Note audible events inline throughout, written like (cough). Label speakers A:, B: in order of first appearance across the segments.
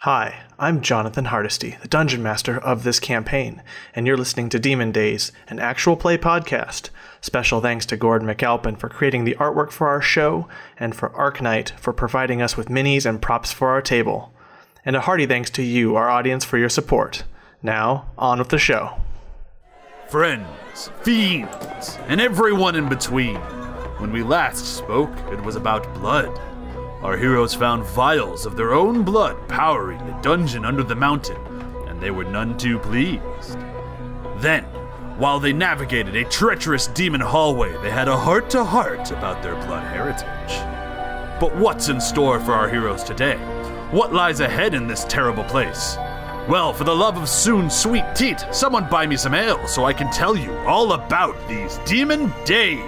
A: Hi, I'm Jonathan Hardesty, the Dungeon Master of this campaign, and you're listening to Demon Days, an actual play podcast. Special thanks to Gordon McAlpin for creating the artwork for our show, and for Arknight for providing us with minis and props for our table. And a hearty thanks to you, our audience, for your support. Now, on with the show.
B: friends, fiends, and everyone in between. When we last spoke, it was about blood. Our heroes found vials of their own blood powering the dungeon under the mountain, and they were none too pleased. Then, while they navigated a treacherous demon hallway, they had a heart to heart about their blood heritage. But what's in store for our heroes today? What lies ahead in this terrible place? Well, for the love of soon sweet teat, someone buy me some ale so I can tell you all about these demon days.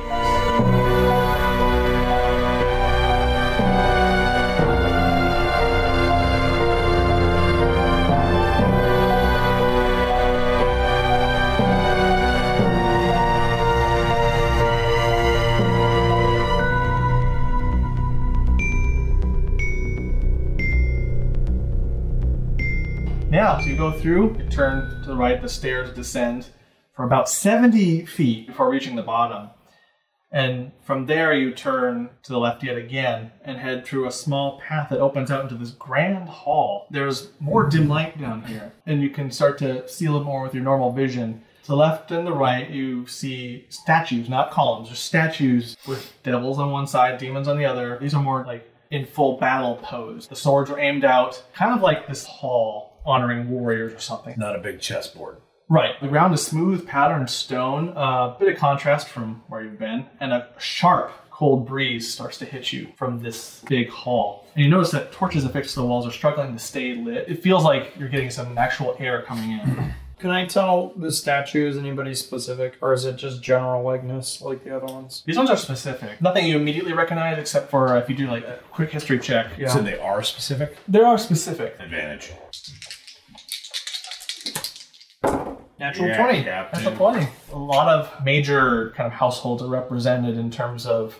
A: Yeah, so you go through, you turn to the right, the stairs descend for about 70 feet before reaching the bottom. And from there, you turn to the left yet again and head through a small path that opens out into this grand hall. There's more dim light down here, and you can start to see a little more with your normal vision. To the left and the right, you see statues, not columns, just statues with devils on one side, demons on the other. These are more like in full battle pose. The swords are aimed out, kind of like this hall honoring warriors or something.
C: not a big chessboard.
A: Right. The ground is smooth, patterned stone. A bit of contrast from where you've been, and a sharp, cold breeze starts to hit you from this big hall. And you notice that torches affixed to the walls are struggling to stay lit. It feels like you're getting some actual air coming in.
D: (clears throat) Can I tell the statues anybody specific, or is it just general likeness like the other ones?
A: These ones are specific. Nothing you immediately recognize, except for if you do like a quick history check.
D: Yeah.
C: So they are specific.
A: There are specific.
C: Advantage.
D: Natural
C: Yeah,
D: 20.
C: Captain.
A: That's a plenty. A lot of major kind of households are represented in terms of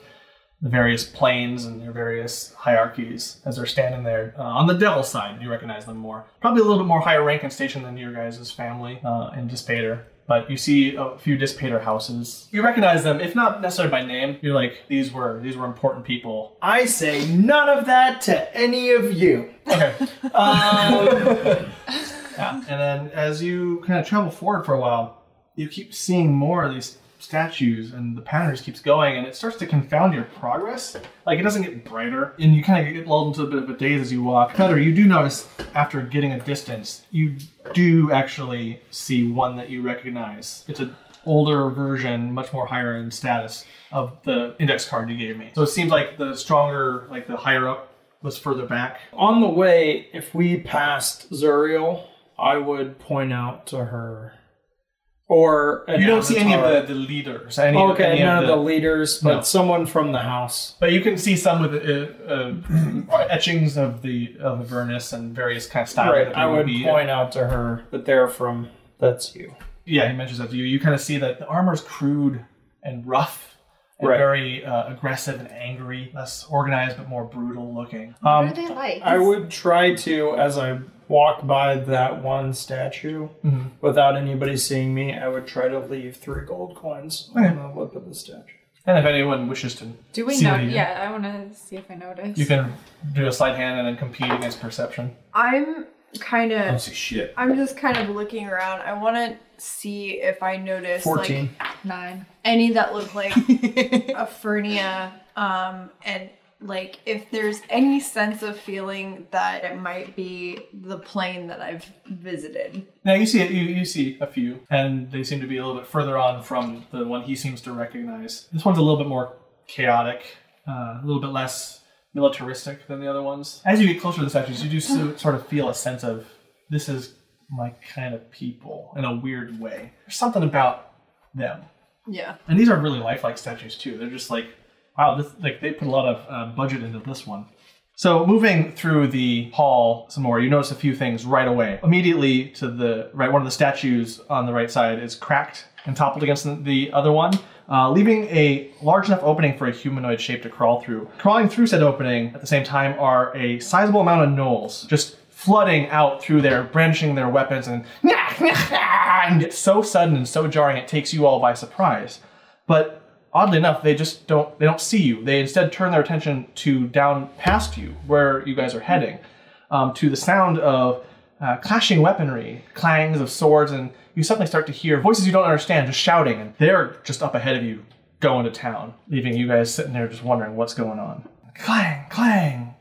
A: the various planes and their various hierarchies as they're standing there. Uh, on the devil side, you recognize them more. Probably a little bit more higher rank and station than your guys' family uh, in Dispater. But you see a few Dispater houses. You recognize them, if not necessarily by name. You're like, these were these were important people.
D: I say none of that to any of you.
A: Okay. yeah. And then as you kind of travel forward for a while, you keep seeing more of these statues, and the pattern just keeps going, and it starts to confound your progress. Like it doesn't get brighter, and you kind of get lulled into a bit of a daze as you walk. Cutter, you do notice after getting a distance, you do actually see one that you recognize. It's a older version, much more higher in status of the index card you gave me. So it seems like the stronger, like the higher up was further back.
D: On the way, if we passed Zuriel, I would point out to her. Or an
A: You don't see any of
D: avatar.
A: the, the leaders. Any,
D: Okay,
A: any
D: none
A: of
D: of the, leaders, but
A: No.
D: someone from the house.
A: but you can see some with uh, uh, etchings of the of Avernus and various kind of styles. that
D: I
A: they
D: would
A: be-
D: point out to her that they're from. That's you.
A: Yeah, he mentions that to you. You kind of see that the armor's crude and rough, and
D: Right.
A: very uh, aggressive and angry, less organized but more brutal looking. Um,
E: what are they like?
D: I would try to, as I walk by that one statue, without anybody seeing me, I would try to leave three gold coins
A: Okay.
D: on the lip of the statue.
A: and if anyone wishes to,
E: Do we
A: see
E: know?
A: what you do.
E: Yeah, I want to see if I notice.
A: you can do a sleight hand and then compete against perception.
F: I'm kind
C: I don't
F: of.
C: see shit.
F: I'm just kind of looking around. I want to see if I notice like
D: 14.
E: Nine.
F: any that
C: (laughs)
F: look like a fernia, um, and like if there's any sense of feeling that it might be the plane that I've visited.
A: Now you see it. You, you see a few, and they seem to be a little bit further on from the one he seems to recognize. This one's a little bit more chaotic, uh, a little bit less militaristic than the other ones. As you get closer to the statues, you do so, sort of feel a sense of this is my kind of people in a weird way. There's something about them,
F: Yeah.
A: and these are really lifelike statues too. They're just like, wow, this like they put a lot of uh, budget into this one. So moving through the hall some more, you notice a few things right away. Immediately to the right, one of the statues on the right side is cracked and toppled against the other one, uh, leaving a large enough opening for a humanoid shape to crawl through. Crawling through said opening at the same time are a sizable amount of gnolls, just
C: flooding out through there, brandishing their weapons
A: (laughs)
C: and, and it's so sudden and so jarring it takes you all by surprise. But oddly enough, they just don't they don't see you. They instead turn their attention to down past you, where you guys are heading, um, to the sound of uh, clashing weaponry, clangs of swords, and you suddenly start to hear voices you don't understand just shouting, and they're just up ahead of you, going to town, leaving you guys sitting there just wondering what's going on. Clang, clang.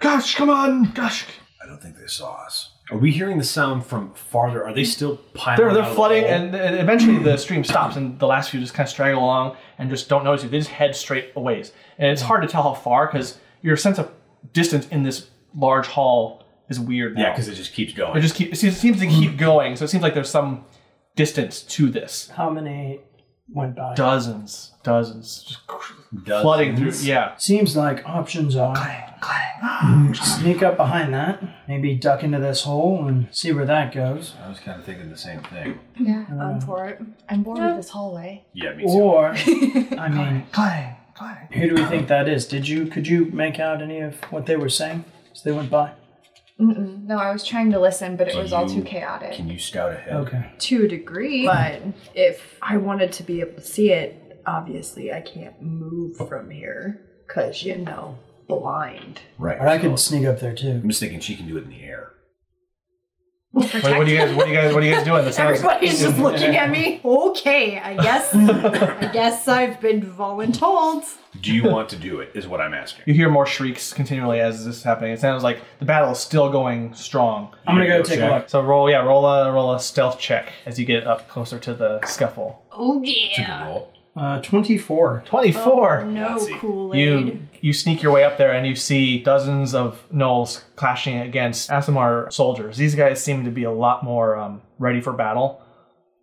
C: Gosh, come on, gosh.
G: I don't think they saw us. Are we hearing the sound from farther? Are they still piling?
C: They're,
G: out
C: they're
G: of
C: flooding,
G: the hole?
C: and, and eventually the stream stops, and the last few just kind of straggle along and just don't notice you. They just head straight a ways. And
G: Hmm.
C: it's hard to tell how far because your sense of distance in this large hall is weird.
G: yeah,
C: now.
G: because it just keeps going.
C: It just keep, it seems- it seems to
G: (clears throat)
C: keep going, so it seems like there's some distance to this.
D: How many went by?
C: Dozens, dozens, just cr-
G: Dozens.
C: flooding through. Yeah.
D: Seems like options are Ah,
C: Clang, clang.
D: Mm-hmm. sneak up behind that, maybe duck into this hole and see where that (laughs) goes.
G: I was kind of thinking the same thing.
H: Yeah, I'm for it. I'm bored of this hallway.
G: Yeah, me too.
D: Or, (laughs) I mean,
C: Clang, clang.
D: who do we think that is? Did you, could you make out any of what they were saying as they went by?
H: Mm-mm. No, I was trying to listen, but it
G: Can
H: was all
G: you-
H: too chaotic.
G: Can you scout ahead?
D: Okay.
I: to a degree, but if I wanted to be able to see it, obviously I can't move from here because you know, blind.
G: Right.
D: But I could
G: so
D: sneak up there too.
G: I'm just thinking she can do it in the air.
C: What, what are you guys? What are you guys? What are you guys doing? This sounds.
I: Everybody's (laughs) just looking at me. Okay, I (laughs) guess. I guess I've been voluntold.
G: Do you want to do it? Is what I'm asking.
C: You hear more shrieks continually as this is happening. It sounds like the battle is still going strong.
D: I'm gonna go
G: Go
D: take a
G: check.
D: look.
C: So roll, yeah, roll a roll a stealth check as you get up closer to the scuffle.
I: Oh
G: Took a
I: yeah.
G: roll.
D: Uh, 24.
C: Twenty-four.
F: Oh,
I: No
G: Nazi.
I: Kool
C: You
I: Aid.
C: you sneak your way up there and you see dozens of gnolls clashing against Asimar soldiers. These guys seem to be a lot more um, ready for battle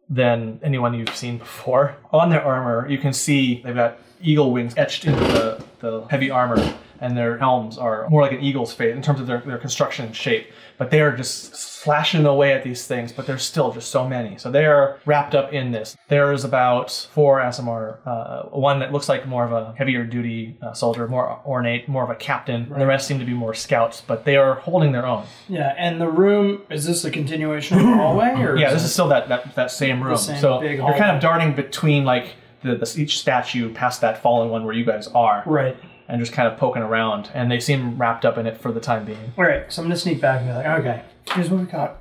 C: than anyone you've seen before. On their armor, you can see they've got eagle wings etched into the, the heavy armor, and their helms are more like an eagle's face in terms of their, their construction and shape. But they are just slashing away at these things, but there's still just so many. So they are wrapped up in this. There's about four Asimar, uh, one that looks like more of a heavier duty uh, soldier, more ornate, more of a captain. And the rest seem to be more scouts, but they are holding their own.
D: Yeah, and the room, is this a continuation of the hallway? Or
C: Yeah,
D: is
C: this
D: it-
C: is still that that, that same room.
D: same
C: so
D: big
C: you're kind
D: hallway.
C: of darting between like the, the each statue past that fallen one where you guys are,
D: Right.
C: and just kind of poking around. And they seem wrapped up in it for the time being.
D: All right, so I'm gonna sneak back and be like, okay, here's what we got.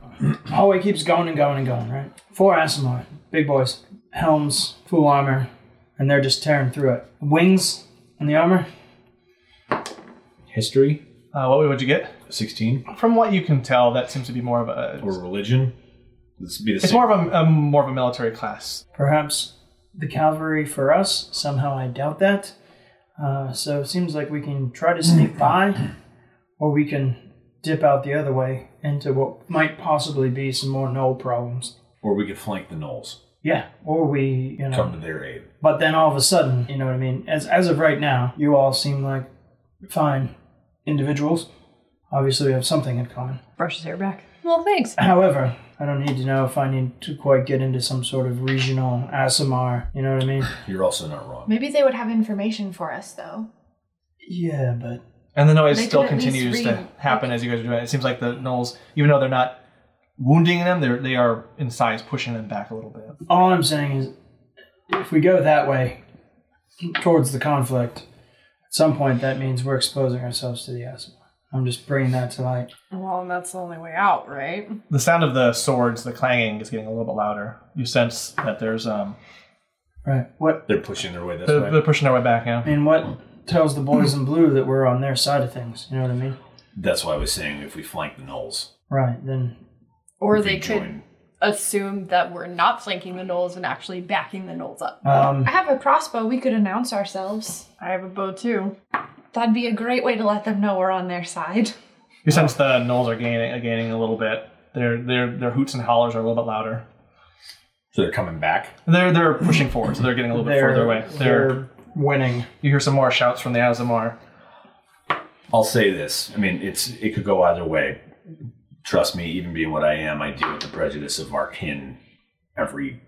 D: Hallway keeps going and going and going, right? Four Asimar, big boys, helms, full armor, and they're just tearing through it. Wings on the armor.
G: History.
C: Uh, what would you get?
G: Sixteen.
C: From what you can tell, that seems to be more of a
G: Or religion. This would be the
C: it's
G: same.
C: more of a, a more of a military class.
D: Perhaps the cavalry for us. Somehow I doubt that. Uh, so it seems like we can try to sneak by, or we can dip out the other way into what might possibly be some more null problems.
G: or we could flank the gnolls.
D: Yeah, or we, you know,
G: Come to their aid.
D: But then all of a sudden, you know what I mean? As as of right now, you all seem like fine individuals. Obviously, we have something in common.
I: Brush his hair back.
H: Well, thanks.
D: However, I don't need to know if I need to quite get into some sort of regional ASMR. You know what I mean?
G: You're also not wrong.
H: Maybe they would have information for us, though.
D: Yeah, but
C: And the noise
H: They
C: still
H: can at least
C: continues to
H: read.
C: happen as you guys are doing it. It seems like the gnolls, even though they're not wounding them, they're, they are in size pushing them back a little bit.
D: all I'm saying is, if we go that way towards the conflict, at some point that means we're exposing ourselves to the ASMR. I'm just bringing that to light.
I: Well, and that's the only way out, right?
C: The sound of the swords, the clanging, is getting a little bit louder. You sense that there's um,
D: Right. What
G: They're pushing their way this
C: they're,
G: way.
C: they're pushing their way back now.
D: I mean, what tells the boys in blue that we're on their side of things? You know what I mean?
G: That's why I was saying if we flank the gnolls,
D: Right. Then
G: we
J: Or
G: could
J: they could
G: join.
J: assume that we're not flanking the knolls and actually backing the knolls up.
C: Oh.
D: um,
H: I have a crossbow. We could announce ourselves.
J: I have a bow too.
H: That'd be a great way to let them know we're on their side.
A: Oh.
C: You sense the gnolls are gaining, are gaining a little bit. Their their their hoots and hollers are a little bit louder.
G: So they're coming back.
C: They're they're pushing forward, so they're getting a little bit
D: they're,
C: further away. They're,
D: they're winning.
C: you hear some more shouts from the Azamar.
G: I'll say this. I mean, it's it could go either way. Trust me, even being what I am, I deal with the prejudice of our kin every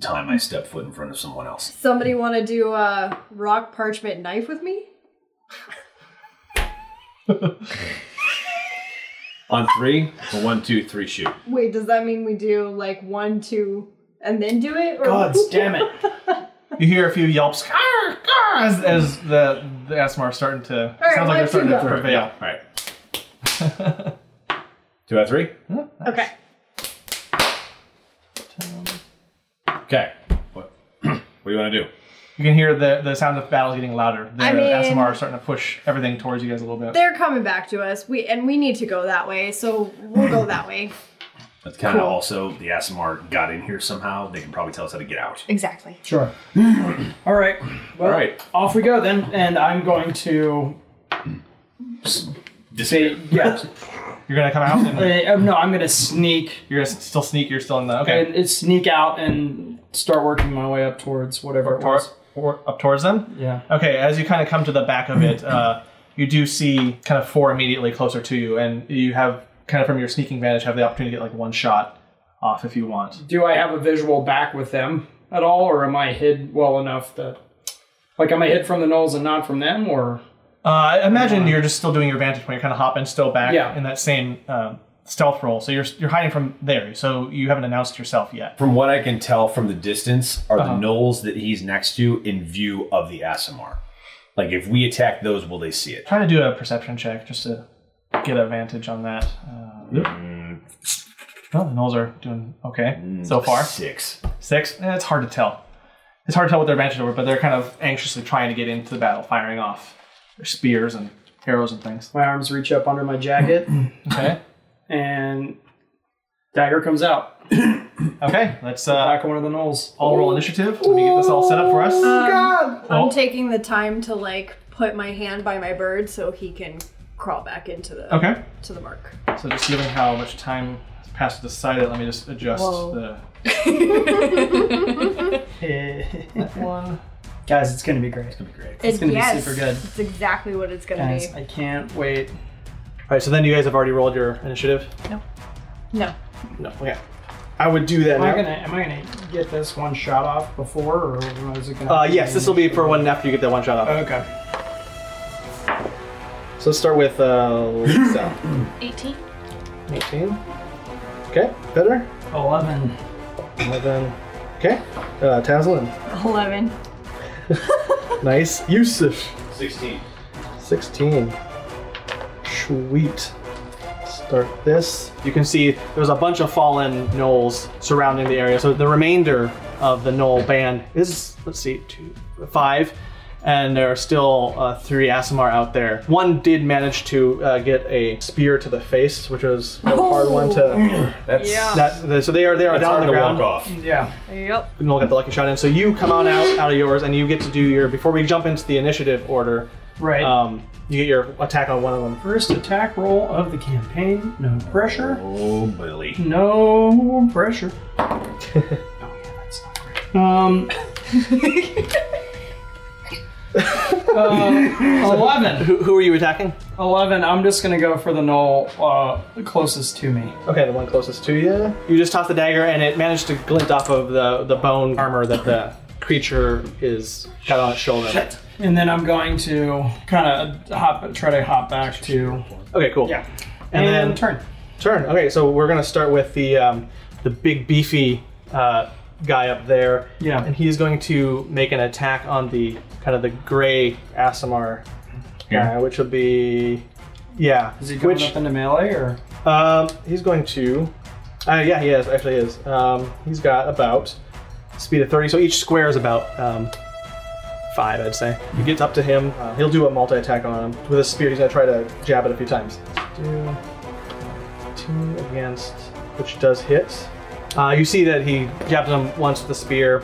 G: time I step foot in front of someone else.
J: Somebody want to do uh, rock, parchment, knife with me?
G: On three, a one, two, three shoot.
F: Wait, does that mean we do like one, two, and then do it? Or
D: Gods damn it.
A: You hear a few yelps
C: Ah!
A: "Arr, arr," as, as the the Asmar starting to
F: right,
A: sounds like they're starting
F: let's
A: to
F: go.
A: prevail.
G: All (laughs) right. Two out of three?
F: Okay.
G: Okay. What, (clears throat) what do you want to do?
A: You can hear the, the sound of battle getting louder. The
F: I mean-
A: Asmar are starting to push everything towards you guys a little bit.
F: They're coming back to us. We and we need to go that way, so we'll go
A: (laughs)
F: that way.
G: That's kind of also the Asimar got in here somehow. They can probably tell us how to get out.
K: Exactly.
D: Sure. All right. Well,
G: All right.
D: off we go then, and I'm going to
G: Disappear.
D: say yeah.
A: You're gonna come out and
D: Uh, no, I'm going to sneak
A: you're gonna s- still sneak. You're still in the okay.
D: and and sneak out and start working my way up towards whatever it
A: Tor-
D: was.
A: or up towards them.
D: Yeah.
A: Okay, as you kind of come to the back of it, uh, you do see kind of four immediately closer to you, and you have kind of from your sneaking vantage have the opportunity to get like one shot off if you want.
D: Do I have a visual back with them at all, or am I hid well enough that, like, am I hid from the knolls and not from them, or
A: Uh, I imagine you're just still doing your vantage point. You're kind of hopping still back
D: Yeah.
A: in that same um stealth roll, so you're you're hiding from there. So you haven't announced yourself yet.
G: From what I can tell from the distance, are the knolls that he's next to in view of the Asimar? Like, if we attack those, will they see it?
A: Try to do a perception check just to get a vantage on that. Uh, well, the gnolls are doing okay so far.
G: Six.
A: Six? Eh, it's hard to tell. It's hard to tell what their advantage were, but they're kind of anxiously trying to get into the battle, firing off their spears and arrows and things.
D: my arms reach up under my
A: (clears throat)
D: jacket
A: Okay.
D: and dagger comes out
A: Okay. Let's uh,
D: back of one of
A: (laughs)
D: the knolls.
A: all roll initiative. Let me get this all set up for us.
F: I'm
A: Oh.
F: taking the time to like put my hand by my bird so he can crawl back into the
A: Okay.
F: to the mark.
A: So just given how much time has passed to decide it, let me just adjust the one.
D: Guys, it's gonna be great.
F: It's
D: gonna be super good.
F: It's exactly what it's gonna
D: Guys,
F: be.
D: I can't wait.
A: All right. So then you guys have already rolled your initiative.
L: No.
A: No. Okay. I would do that.
D: Am I
A: now.
D: gonna am I gonna get this one shot off before, or is it gonna?
A: Uh, yes, this will be for one after you get that one shot off.
D: Okay.
A: So let's start with uh, Lisa.
K: 18.
A: 18. Okay, better.
D: Eleven.
A: And then, okay, uh, Taslin.
F: (laughs) Eleven.
A: Nice. Yusuf.
G: 16.
A: 16. Sweet. Start this. You can see there's a bunch of fallen knolls surrounding the area. So the remainder of the knoll band is, let's see, two, five. And there are still uh, three Asimar out there. One did manage to uh, get a spear to the face, which was a hard one to.
G: That's,
A: That, so they are they are
G: that's
A: down on
G: hard
A: the
G: to
A: ground.
G: walk off.
D: Yeah.
F: Yep.
A: and we'll get the lucky shot in. So you come on out out of yours, and you get to do your before we jump into the initiative order.
D: Right.
A: Um, you get your attack on one of them.
D: First attack roll of the campaign. No pressure.
G: Oh, Billy.
D: (laughs) No pressure. oh yeah, that's not great. Um. um, eleven.
A: Who, who are you attacking?
D: Eleven. I'm just gonna go for the null uh, closest to me.
A: Okay, the one closest to you. You just toss the dagger, and it managed to glint off of the the bone armor that the creature is got on its shoulder.
D: And then I'm going to kind of hop, try to hop back to
A: Okay, cool.
D: yeah,
A: And
D: and,
A: then-
D: then turn.
A: turn. Okay, so we're gonna start with the um, the big beefy uh, guy up there.
D: Yeah.
A: and he's going to make an attack on the kind of the gray Asimar guy,
G: Yeah.
A: which will be yeah.
D: Is he going
A: which
D: up into melee or?
A: um, he's going to uh, yeah he is actually is um, he's got about speed of thirty, so each square is about. Um, Five, I'd say. You get up to him. Uh, he'll do a multi attack on him with a spear. He's gonna try to jab it a few times. Let's do two against, which does hit. Uh, you see that he jabs him once with the spear,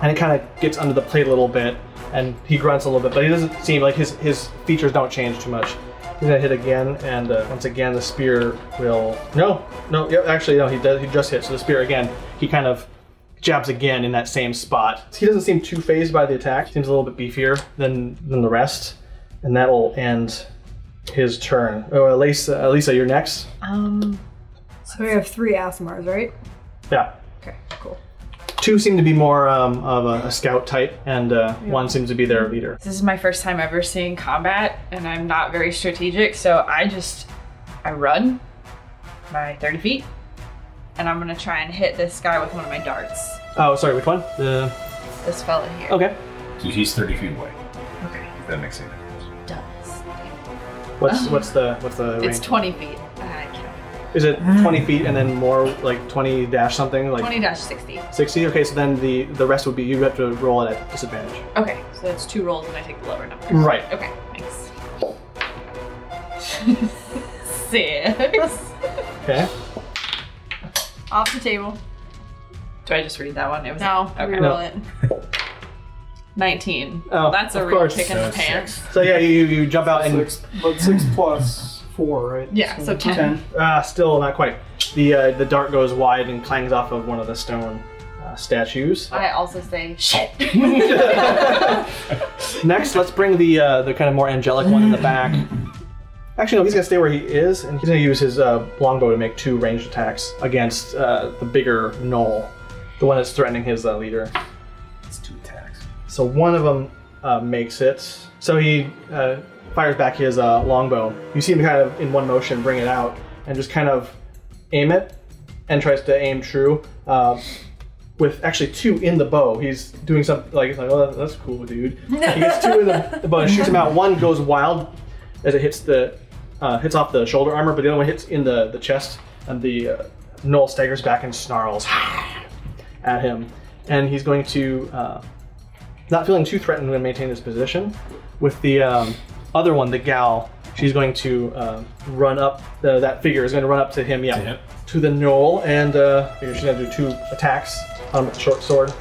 A: and it kind of gets under the plate a little bit, and he grunts a little bit, but he doesn't seem like his his features don't change too much. He's gonna hit again, and uh, once again the spear will no, no, yeah, actually no, he does he just hit. So the spear again, he kind of jabs again in that same spot. He doesn't seem too phased by the attack. Seems a little bit beefier than than the rest, and that'll end his turn. Oh, Elisa, Elisa, you're next.
L: Um.
F: So we have three Asmars, right?
A: Yeah.
F: Okay, cool.
A: Two seem to be more um, of a, a scout type, and uh, one seems to be their leader.
E: This is my first time ever seeing combat, and I'm not very strategic, so I just I run my 30 feet. And I'm gonna try and hit this guy with one of my darts.
A: Oh, sorry, which one? The
E: This fella here.
A: okay.
G: So he's 30 feet away,
E: Okay.
G: if that makes any difference.
E: Does.
A: What's what's the what's the range?
E: It's 20 feet. I can't.
A: Is it 20 feet and then more like 20 dash something like
E: 20 dash 60.
A: 60? Okay, so then the the rest would be you have to roll it at disadvantage.
E: Okay, so that's two rolls and I take the lower number.
A: Right.
E: Okay, thanks. Six.
A: Okay.
F: Off the table.
E: Do I just read that one? It was
F: No,
E: Okay.
F: reroll it.
E: 19.
A: Oh,
E: that's a
A: of
E: real
A: course.
E: kick in the pants.
A: So yeah, you you jump out and
D: Six, but six plus four, right?
E: Yeah, so 10.
A: Ah, still not quite. The uh, the dart goes wide and clangs off of one of the stone uh, statues.
E: I also say, shit.
A: Next, let's bring the uh, the kind of more angelic one in the back. Actually, no, he's gonna stay where he is, and he's gonna use his uh, longbow to make two ranged attacks against uh, the bigger knoll, the one that's threatening his uh, leader.
G: It's two attacks.
A: So one of them uh, makes it. So he uh, fires back his uh, longbow. You see him kind of in one motion bring it out and just kind of aim it and tries to aim true uh, with actually two in the bow. He's doing something like, it's like oh, that's cool, dude. he gets two in the, the bow and shoots him out. One goes wild as it hits the uh, hits off the shoulder armor, but the other one hits in the, the chest and the uh, knoll staggers back and snarls (sighs) at him. And he's going to uh, not feeling too threatened to maintain his position. With the um, other one, the gal, she's going to uh, run up. Uh, that figure is going to run up to him. Yeah,
G: him.
A: to the knoll, and uh, she's going to do two attacks on him with the short sword.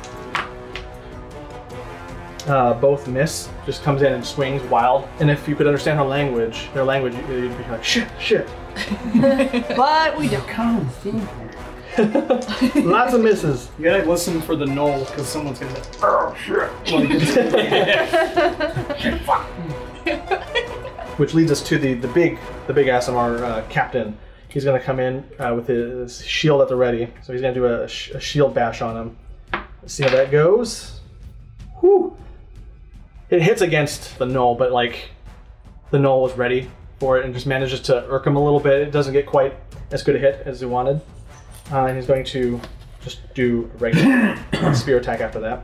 A: Uh, both miss. Just comes in and swings wild. And if you could understand her language, their language, you- you'd be like shit, shit.
D: But we don't come through here.
A: Lots of misses.
D: You gotta listen for the knoll because someone's gonna.
G: Oh, sure.
A: which leads us to the the big the big Asimar uh, captain. He's going to come in uh, with his shield at the ready, so he's going to do a, sh- a shield bash on him. Let's see how that goes. Whew. It hits against the knoll, but like the knoll was ready for it and just manages to irk him a little bit. It doesn't get quite as good a hit as he wanted, uh, and he's going to just do a regular (coughs) spear attack after that.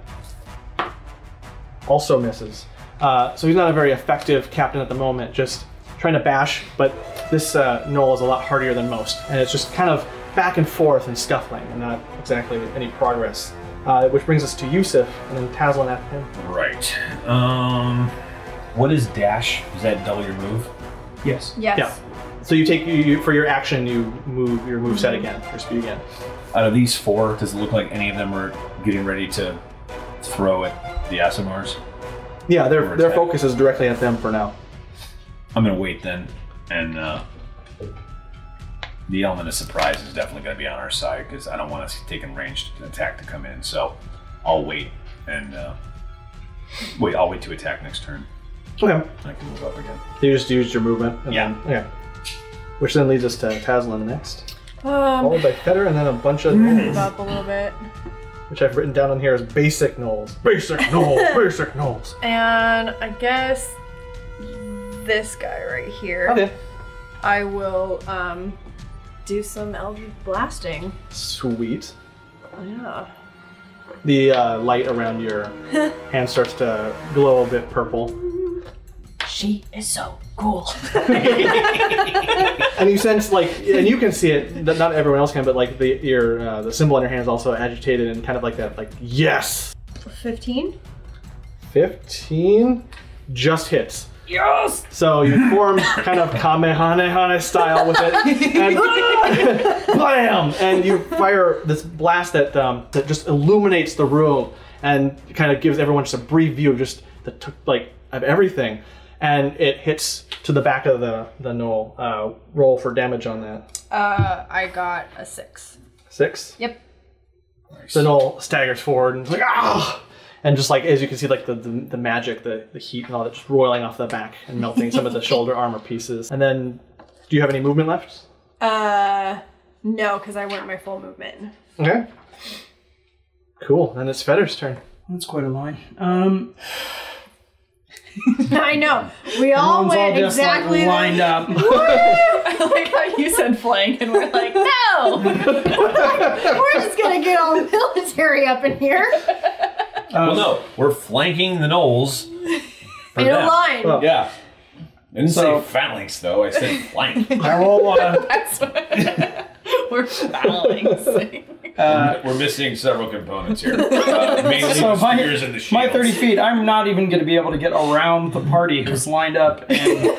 A: Also misses. Uh, so he's not a very effective captain at the moment, just trying to bash, but this uh, knoll is a lot hardier than most, and it's just kind of back and forth and scuffling, and not exactly any progress. Uh, which brings us to Yusuf, and then Taslin after him.
G: Right. Um, what is dash? Is that double your move?
A: Yes.
F: Yes.
A: Yeah. So you take you, you for your action, you move your move set again, your speed again.
G: Out of these four, does it look like any of them are getting ready to throw at the Asimars?
A: Yeah, their
G: Or
A: their
G: attack.
A: focus is directly at them for now.
G: I'm gonna wait then, and uh, the element of surprise is definitely gonna be on our side because I don't want us taking ranged attack to come in. So I'll wait and uh, wait. I'll wait to attack next turn.
A: Okay.
G: I can move up again.
A: You just used your movement. and
G: Yeah.
A: Then, yeah. Which then leads us to Taslin next,
F: Um,
A: followed by Fetter, and then a bunch of gnolls,
F: up a little bit.
A: which I've written down on here as basic gnolls. Basic
F: (laughs)
A: gnolls. basic gnolls.
F: And I guess this guy right here.
A: Okay.
F: I will um, do some Eldritch blasting.
A: Sweet.
F: Yeah.
A: The uh, light around your hand starts to glow a bit purple.
J: She is so cool.
A: (laughs) and you sense like, and you can see it. that Not everyone else can, but like the your uh, the symbol on your hand is also agitated and kind of like that, like yes,
F: 15?
A: fifteen, just hits. Yes. So you form kind of kamehameha style with it, and blam, and you fire this blast that um, that just illuminates the room and kind of gives everyone just a brief view of just the t- like of everything, and it hits to the back of the the knoll. Uh, roll for damage on that.
F: Uh, I got a 6.
A: Six.
F: Yep.
A: So Noel staggers forward and is like ah, and just like as you can see, like the the, the magic, the, the heat and all that, just roiling off the back and melting some of the shoulder armor pieces. And then, do you have any movement left?
F: Uh, no, because I weren't my full movement. (laughs)
A: Okay. Cool. Then it's Fetter's turn.
D: That's quite a line. Um,
I: I know. We all
D: Everyone's all
I: went
D: just
I: exactly
D: like lined up.
I: (laughs)
E: I (laughs) like how you said flank, and we're like, no.
I: We're just gonna get all military up in here.
G: well, no, we're flanking
I: (laughs)
G: the Knolls. for
I: In a
G: them.
I: line.
A: Well-
G: yeah. I didn't
A: So-
G: say phalanx though. I said flank.
A: I roll on.
E: we're battling.
G: we're missing several
I: (laughs)
G: components here. Uh, mainly
D: So
G: the
D: my-
G: spears and the shields.
D: My 30 feet, I'm not even going to be able to get around the party who's lined up. And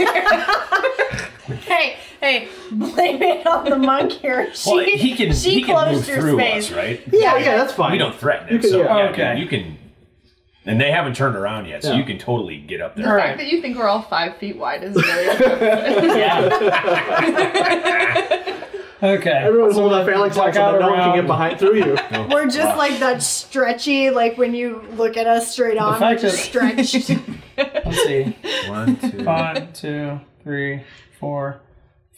I: Hey, hey, blame it on the monk here. She,
G: (laughs) Well, he can
I: she
G: he can move
I: closed your
G: through
I: space.
G: us, right?
A: Yeah, yeah, that's fine.
G: We don't threaten
A: You
G: it,
A: can-
G: so
A: yeah.
G: yeah,
D: Okay.
G: you can. And they haven't turned around yet, so
A: Yeah.
G: you can totally get up
J: The
G: there.
J: fact that you think we're all five feet wide is very
D: yeah.
A: (laughs)
D: (laughs) okay.
A: Everyone's holding that phalanx
D: Duck
A: out so that
D: out
A: no one can
D: around.
A: get behind through you.
I: We're just like that stretchy, like when you look at us straight on, we're
D: fact
I: just
D: is-
A: (laughs)
I: stretched.
G: (laughs)
D: Let's see.
G: One, two,
D: One, two, three, four,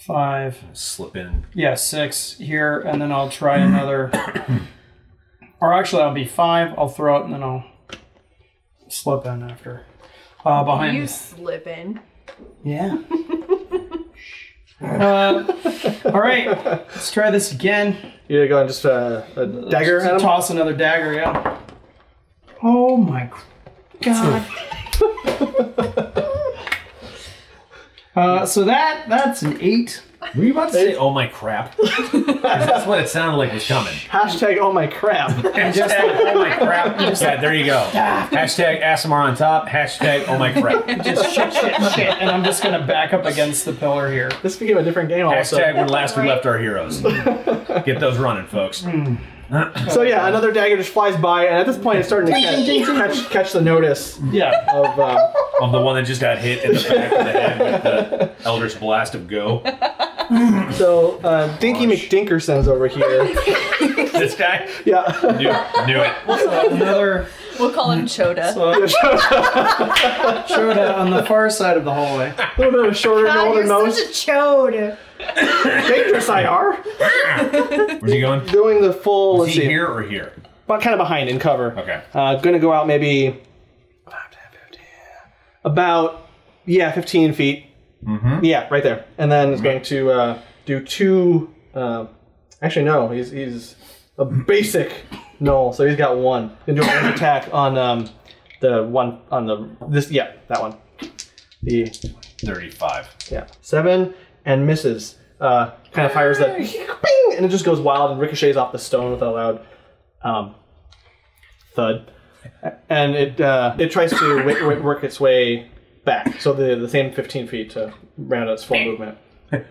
D: five.
G: slip in.
D: Yeah, six here, and then I'll try another. (coughs) or actually, I'll be five. I'll throw it, and then I'll slip in after. Uh, behind.
F: You slip in.
J: (laughs)
D: Yeah. uh, all right, let's try this again.
A: You're going just uh, a dagger at him.
D: Toss another dagger, yeah. Oh my god. (laughs) uh, so that that's an eight.
G: Were you about to say, "Oh my crap"? (laughs) 'Cause that's what it sounded like was coming.
A: Hashtag oh my crap. (laughs)
G: Hashtag, oh my crap. Yeah, there you go. (laughs) Hashtag Asimar on top. Hashtag oh my (laughs) crap.
D: Just shit, shit, shit, and I'm just gonna back up against the pillar here.
A: This became a different game also.
G: Hashtag when last we left our heroes. Get those running, folks.
A: So yeah, another dagger just flies by, and at this point, it's starting to catch, catch, catch the notice
D: Yeah.
A: of. Uh,
G: Of the one that just got hit in the back of the head with the Elder's Blast of (laughs) Go.
A: so uh, Dinky McDinkerson's over here.
G: This guy
A: Yeah.
G: knew, knew it.
D: Another
E: We'll call him
A: Mm-hmm.
E: Choda.
D: Shoda on the far side of the hallway.
A: A little bit of shorter and
I: God,
A: older
I: you're
A: nose.
I: such a chode.
A: Dangerous I are.
G: Where's he going?
A: Doing the full,
G: Is
A: let's
G: he
A: see,
G: here or here?
A: but kind of behind in cover.
G: Okay.
A: Uh, gonna go out maybe 5, 10, 15, about yeah, fifteen feet. Mm-hmm. Yeah, right there. And then he's going to uh, do two. Uh, actually, no, he's he's a basic null, so he's got one. Gonna do an attack on um, the one on the this yeah that one. The
G: 35.
A: yeah seven and misses. Uh, kind of fires that (laughs) bing, and it just goes wild and ricochets off the stone with a loud um, thud, and it uh, it tries to w- w- work its way back. So the the same 15 feet to round out its full movement,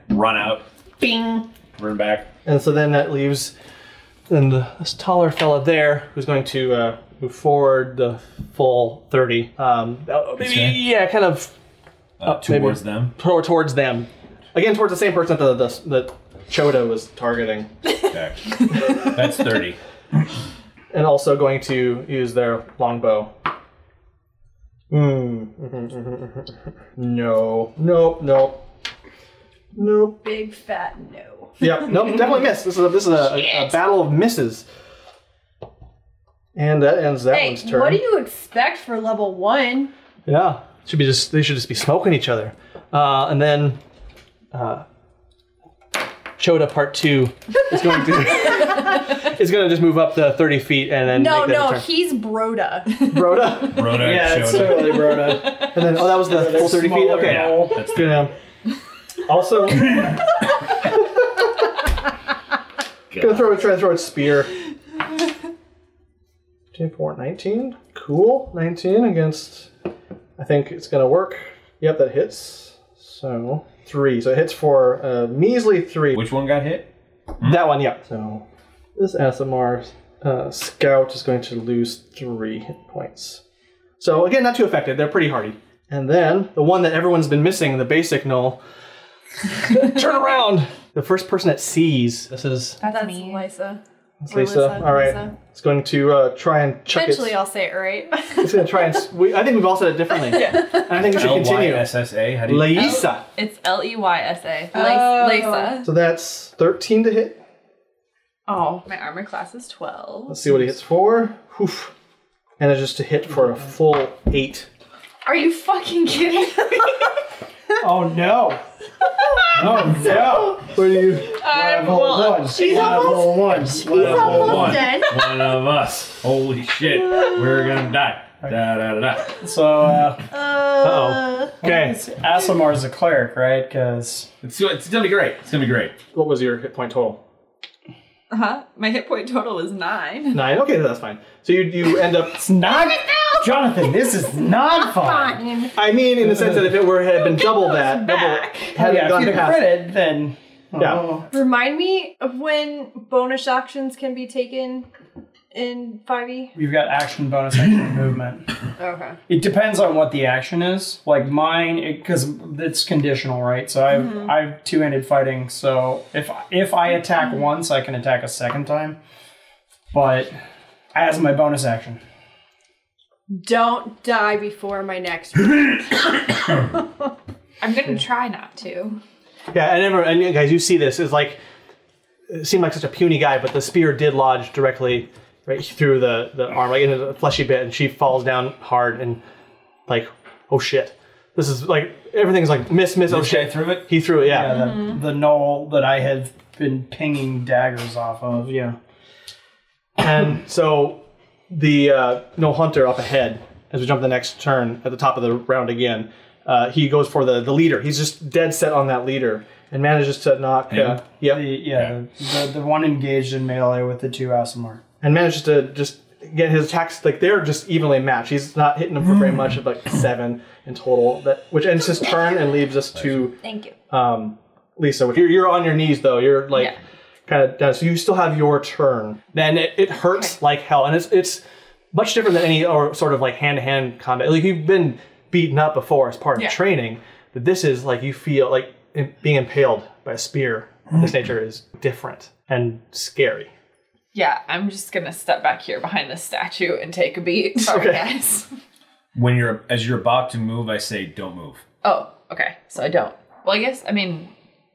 G: Run out. Bing. Run back.
A: and so then that leaves then the, this taller fella there who's going to uh, move forward the full 30. Um, uh, maybe,
G: Okay.
A: yeah, kind of
G: Uh,
A: Up, Oh, maybe.
G: towards them.
A: pro- towards them. Again, towards the same person that the, the, that Choda was targeting. (laughs)
G: Okay. That's 30.
A: and also going to use their longbow. Mm. no. Nope. Nope. Nope.
F: Big fat no.
A: Yep. Nope. Definitely miss. This is a, this is a, a, a battle of misses. And that ends that
F: Hey,
A: one's turn.
F: what do you expect for level one?
A: yeah. Should be just they should just be smoking each other. Uh, and then, uh, Choda part two is going to is going to (laughs) just move up the thirty feet and then
F: No,
A: make that
F: no,
A: a turn.
F: he's Broda.
A: Rhoda.
G: Rhoda showed up.
D: totally Rhoda.
A: And then, oh, that was the full 30 feet?
D: smaller
A: Okay.
G: Yeah, that's
A: Good now. Also, gonna throw, try to throw its spear. 10, 4, 19. Cool. 19 against. I think it's gonna work. Yep, that hits. So, three. So it hits for a measly three.
G: Which one got hit? Hmm?
A: That one, yeah. So, this SMR uh, scout is going to lose three hit points. So, again, not too effective. They're pretty hardy. And then the one that everyone's been missing, the basic null. Turn around! The first person that sees. This is
E: That's
H: me.
E: Lisa.
A: Lisa. All right. It's going to uh, try and chuck
F: Eventually,
A: its,
F: I'll say it right.
A: It's going to try and. s- We, I think we've all said it differently. yeah. And I think we should continue.
G: L-Y-S-S-A? How do you...
A: Laisa.
E: (laughs) It's L E Y S A.
J: Oh.
E: Lisa.
A: So that's 13 to hit.
J: Oh,
E: My armor class is 12.
A: Let's see what he hits for. Oof. And it's just to hit for a full eight.
E: Are you fucking kidding
A: (laughs)
E: me?
D: Oh no! Oh no! What are you? Level one.
G: she's
D: level one.
G: Level
A: (laughs)
G: one.
D: dead.
G: One of us. Holy shit. We're gonna die. Da da da. da.
D: So, uh, oh,
G: Uh-oh.
D: okay. Asimar's a cleric, right? Because
G: It's, it's gonna be great. It's gonna be great.
A: What was your hit point total?
E: huh? My hit point total is nine.
A: Nine. Okay, that's fine. So you you end up.
D: it's not. Jonathan, this is not fun.
A: I mean, in the sense that if it were had been double that, double had it
D: yeah, if
A: gone
D: you'd have
A: past.
D: credit, then
A: Yeah.
D: Oh.
F: Remind me of when bonus actions can be taken in E? 5e.
D: We've got action, bonus action, and movement.
F: Okay.
D: It depends on what the action is. Like mine, because it's conditional, right? So I've I've two-handed fighting. So if if I attack once, I can attack a second time, but as my bonus action,
F: Don't die before my
I: (laughs)
F: next round.
E: I'm
A: Hmm.
E: gonna try not to.
A: Yeah, and everyone, and you guys, you see this is like it seemed like such a puny guy, but the spear did lodge directly right through the the arm, like in a fleshy bit, and she falls down hard and like, oh shit, this is like everything's like miss miss oh shit.
G: through it.
A: He threw it, yeah.
D: yeah, the, the knoll that I have been pinging daggers off of, yeah.
A: And so the uh, no hunter up ahead, as we jump to the next turn at the top of the round again, uh, he goes for the the leader. He's just dead set on that leader and manages to knock. Uh,
G: Him?
A: yep.
D: The, yeah, The, the one engaged in melee with the two Asimar.
A: and manages to just get his attacks like they're just evenly matched. He's not hitting them for very much, of
E: Hmm.
A: like seven in total. That which ends his turn and leaves us to
E: Thank you.
A: um, Lisa. which- You're, you're on your knees though. You're like
E: Yeah.
A: kind of down. So you still have your turn. Then it, it hurts like hell, and it's it's much different than any or sort of like hand to hand combat. Like you've been beaten up before as part of
E: Yeah.
A: training, but this is like you feel like im- being impaled by a spear. of
E: Hmm.
A: This nature is different and scary.
E: Yeah, I'm just gonna step back here behind this statue and take a beat. Sorry,
A: Okay.
E: guys.
G: When you're as you're about to move, I say don't move.
E: Oh, okay. So I don't. Well, I guess I mean,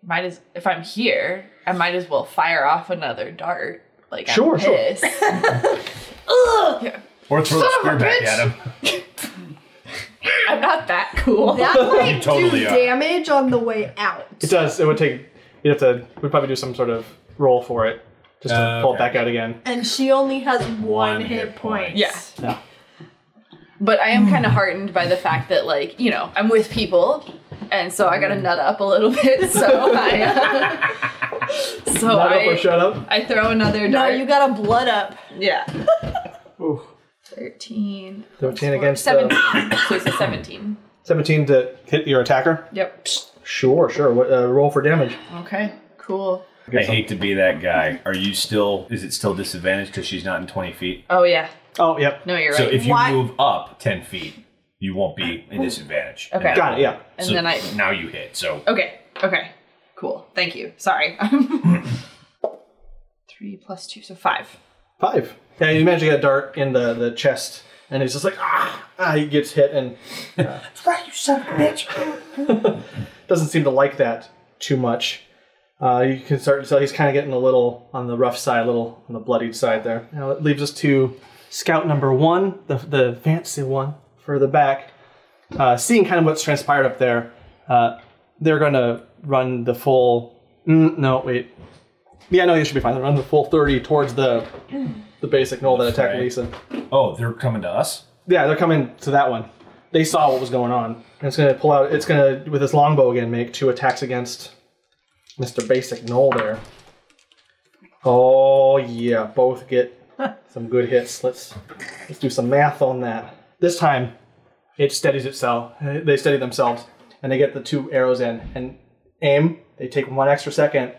E: might as if I'm here, I might as well fire off another dart. Like I'm
A: Sure, sure.
E: (laughs) pissed.
G: Or throw the
E: Son
G: spear
E: of a
G: back
E: bitch!
G: at him.
E: (laughs) I'm not that cool.
F: That might
G: (laughs) totally
F: do
G: are.
F: damage on the way out.
A: It does. It would take. You'd have to. We'd probably do some sort of roll for it, just to
G: Uh,
A: pull it
G: okay.
A: back out again.
F: And she only has one,
G: One
F: hit,
G: hit
F: point.
G: point.
E: Yeah.
A: Yeah.
E: But I am kind of heartened by the fact that, like, you know, I'm with people, and so I gotta nut up a little (laughs) bit. So I, uh, so
A: Not up or
E: I,
A: shut up.
E: I throw another
F: No,
E: dart.
F: you got a blood up.
E: yeah,
A: Oof.
E: thirteen.
A: Thirteen against uh,
E: Seventeen. (coughs) so it's a seventeen.
A: seventeen to hit your attacker.
E: Yep.
A: Sure, sure. What, uh, roll for damage.
E: Okay. Cool.
G: I hate to be that guy. Are you still? Is it still disadvantaged because she's not in twenty feet?
E: Oh yeah.
A: Oh, yep.
E: No, you're right.
G: So if you
F: Why-
G: move up ten feet, you won't be in disadvantage.
E: Okay.
G: And
A: Got it. Yeah.
E: and
G: so
E: then I.
G: now you hit. So
E: Okay. Okay. Cool. Thank you. Sorry. (laughs) Three plus two, so five.
A: Five. Yeah, you managed to get a dart in the the chest, and he's just like ah, ah he gets hit and. Uh, right, you son of a bitch. (laughs) Doesn't seem to like that too much. Uh, you can start to tell he's kind of getting a little on the rough side, a little on the bloodied side there. Now it leaves us to scout number one, the, the fancy one further back. Uh, seeing kind of what's transpired up there, uh, they're going to run the full. Mm, no, wait. Yeah, no, you should be fine. They'll run the full 30 towards the the basic knoll that attacked
G: Right.
A: Lisa.
G: oh, they're coming to us.
A: Yeah, they're coming to that one. They saw what was going on. And it's going to pull out, it's going to, with its longbow again, make two attacks against Mr. Basic Knoll there. Oh, yeah, both get some good hits. Let's let's do some math on that. This time, it steadies itself. uh, They steady themselves, and they get the two arrows in and aim. They take one extra second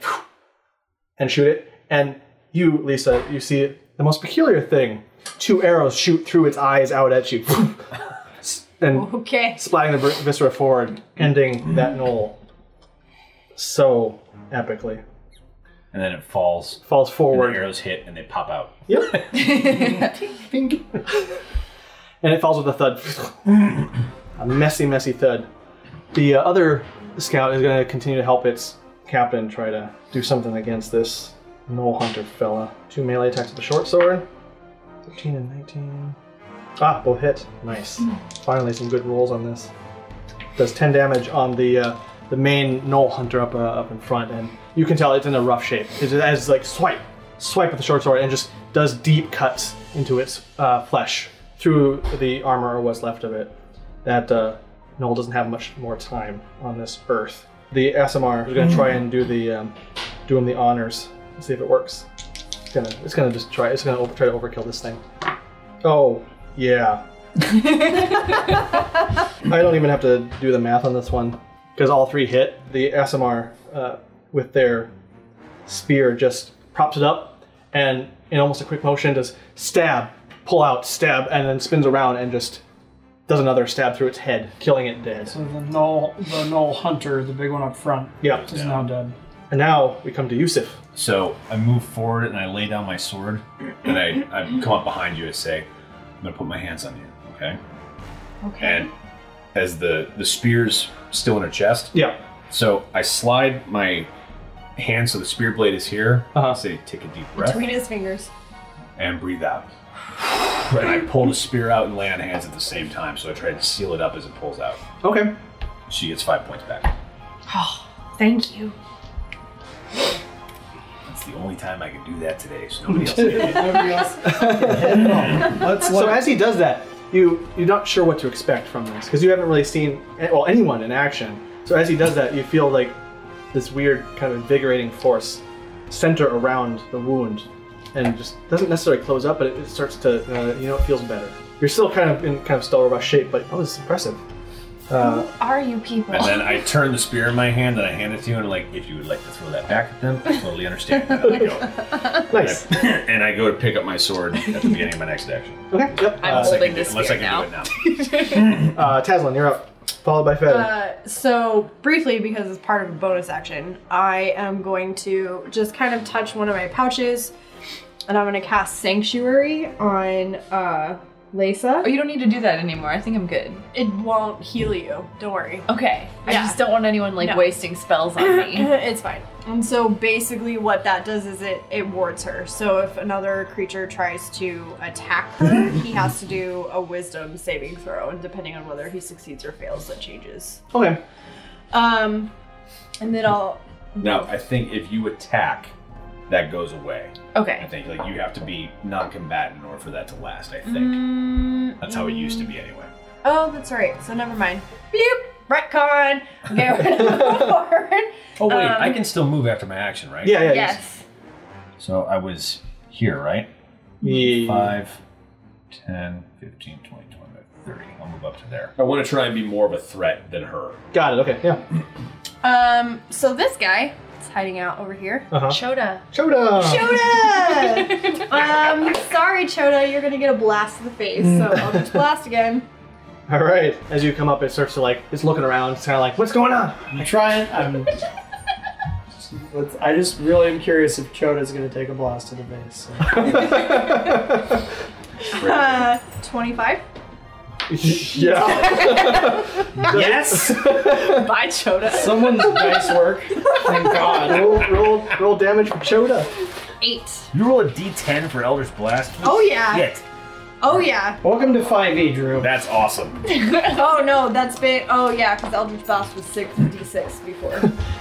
A: and shoot it. And you, Lisa, you see the most peculiar thing: two arrows shoot through its eyes out at you, and
F: Okay.
A: splatting the ver- viscera forward, ending that knoll. So epically,
G: And then it falls.
A: falls
G: And the
A: forward.
G: arrows hit and they pop out.
A: Yep. and it falls with a thud. a messy, messy thud. The uh, other scout is going to continue to help its captain try to do something against this mole hunter fella. Two melee attacks with the short sword. 13 and 19. Ah, both hit. Nice. Finally, some good rolls on this. Does 10 damage on the uh, the main knoll hunter up uh, up in front, and you can tell it's in a rough shape. It has like swipe, swipe with the short sword, and just does deep cuts into its uh, flesh through the armor or what's left of it. That uh, knoll doesn't have much more time on this earth. The SMR is going to try and do the um, do him the honors. Let's see if it works. It's gonna it's gonna just try it's gonna over, try to overkill this thing. Oh yeah. (laughs) I don't even have to do the math on this one because all three hit. The SMR uh, with their spear just props it up and in almost a quick motion just stab, pull out, stab, and then spins around and just does another stab through its head, killing it dead.
D: So the knoll, the knoll hunter, the big one up front,
A: Yeah.
D: is now dead.
A: And now we come to Yusuf.
G: So I move forward and I lay down my sword, and I, I come up behind you and say, "I'm gonna put my hands on you, okay?" And as the the spear's still in her chest,
A: Yeah.
G: so I slide my hand so the spear blade is here. uh Say, take a deep breath
F: Between his fingers.
G: and breathe out. And I pull the spear out and lay on hands at the same time, so I try to seal it up as it pulls out.
A: Okay.
G: She gets five points back.
H: Oh, Thank you.
G: That's the only time I can do that today, so nobody else can.
A: so as he does that, you you're not sure what to expect from this because you haven't really seen eh, well anyone in action. So as he does that, you feel like this weird kind of invigorating force center around the wound, and just doesn't necessarily close up, but it, it starts to uh, you know it feels better. You're still kind of in kind of stellar rush shape, but oh, this is impressive. Uh,
H: Are you people?
G: And then I turn the spear in my hand and I hand it to you, and I'm like, if you would like to throw that back at them, I totally understand. And I go,
A: nice.
G: and I go to pick up my sword at the beginning of my next action.
A: Okay. Yep. Uh,
E: I'm
G: Unless I
E: holding
G: can, do,
E: this
G: unless I
E: spear
G: can do it
E: now.
G: now.
A: uh, Taslin, you're up, followed by Fed.
F: Uh, so briefly, because it's part of a bonus action, I am going to just kind of touch one of my pouches, and I'm going to cast Sanctuary on uh,
E: Oh,
F: Lesa.
E: you don't need to do that anymore. I think I'm good.
F: It won't heal you. Don't worry.
E: Okay. I
F: Yeah.
E: just don't want anyone like
F: No.
E: wasting spells on
F: (laughs)
E: me. (laughs)
F: (laughs) it's fine. And so basically, what that does is it it wards her. So if another creature tries to attack her, (laughs) he has to do a Wisdom saving throw, and depending on whether he succeeds or fails, that changes.
A: okay.
F: Um, and then I'll
G: Now, I think if you attack, that goes away. I
E: Okay.
G: think like you have to be non-combatant in order for that to last. I think
E: Mm,
G: that's how it used to be anyway.
F: Oh, that's right. So never mind. Bloop! Retcon! Okay, we're gonna go forward.
G: Oh wait,
F: Um,
G: I can still move after my action, right?
A: Yeah. Yeah.
E: Yes.
G: So I was here, right?
A: Yeah.
G: 5, 10, 15, 20, 25, 30. I'll move up to there. I want to try and be more of a threat than her.
A: Got it. Okay. Yeah.
F: Um, so this guy is hiding out over here.
A: Uh huh.
H: Choda.
A: Choda.
E: (laughs)
F: Choda! um, sorry, Choda, you're gonna get a blast to the face, so I'll just blast again.
A: All right. As you come up, it starts to like it's looking around. It's kind of like, what's going on?
D: I'm trying. I'm. Let's- I just really am curious if Choda's going to take a blast to the face. so.
F: Uh, 25.
A: yeah.
D: (laughs) yes!
E: Bye, Choda.
D: Someone's dice work. Thank God.
A: roll, roll, roll damage for Choda.
E: Eight.
G: You roll a d10 for Elder's Blast?
F: Oh yeah.
G: Shit.
F: Oh yeah.
D: Welcome to 5e, Drew.
G: That's awesome.
F: (laughs) Oh no, that's been. Oh yeah, because Eldritch Blast was 6d6 before.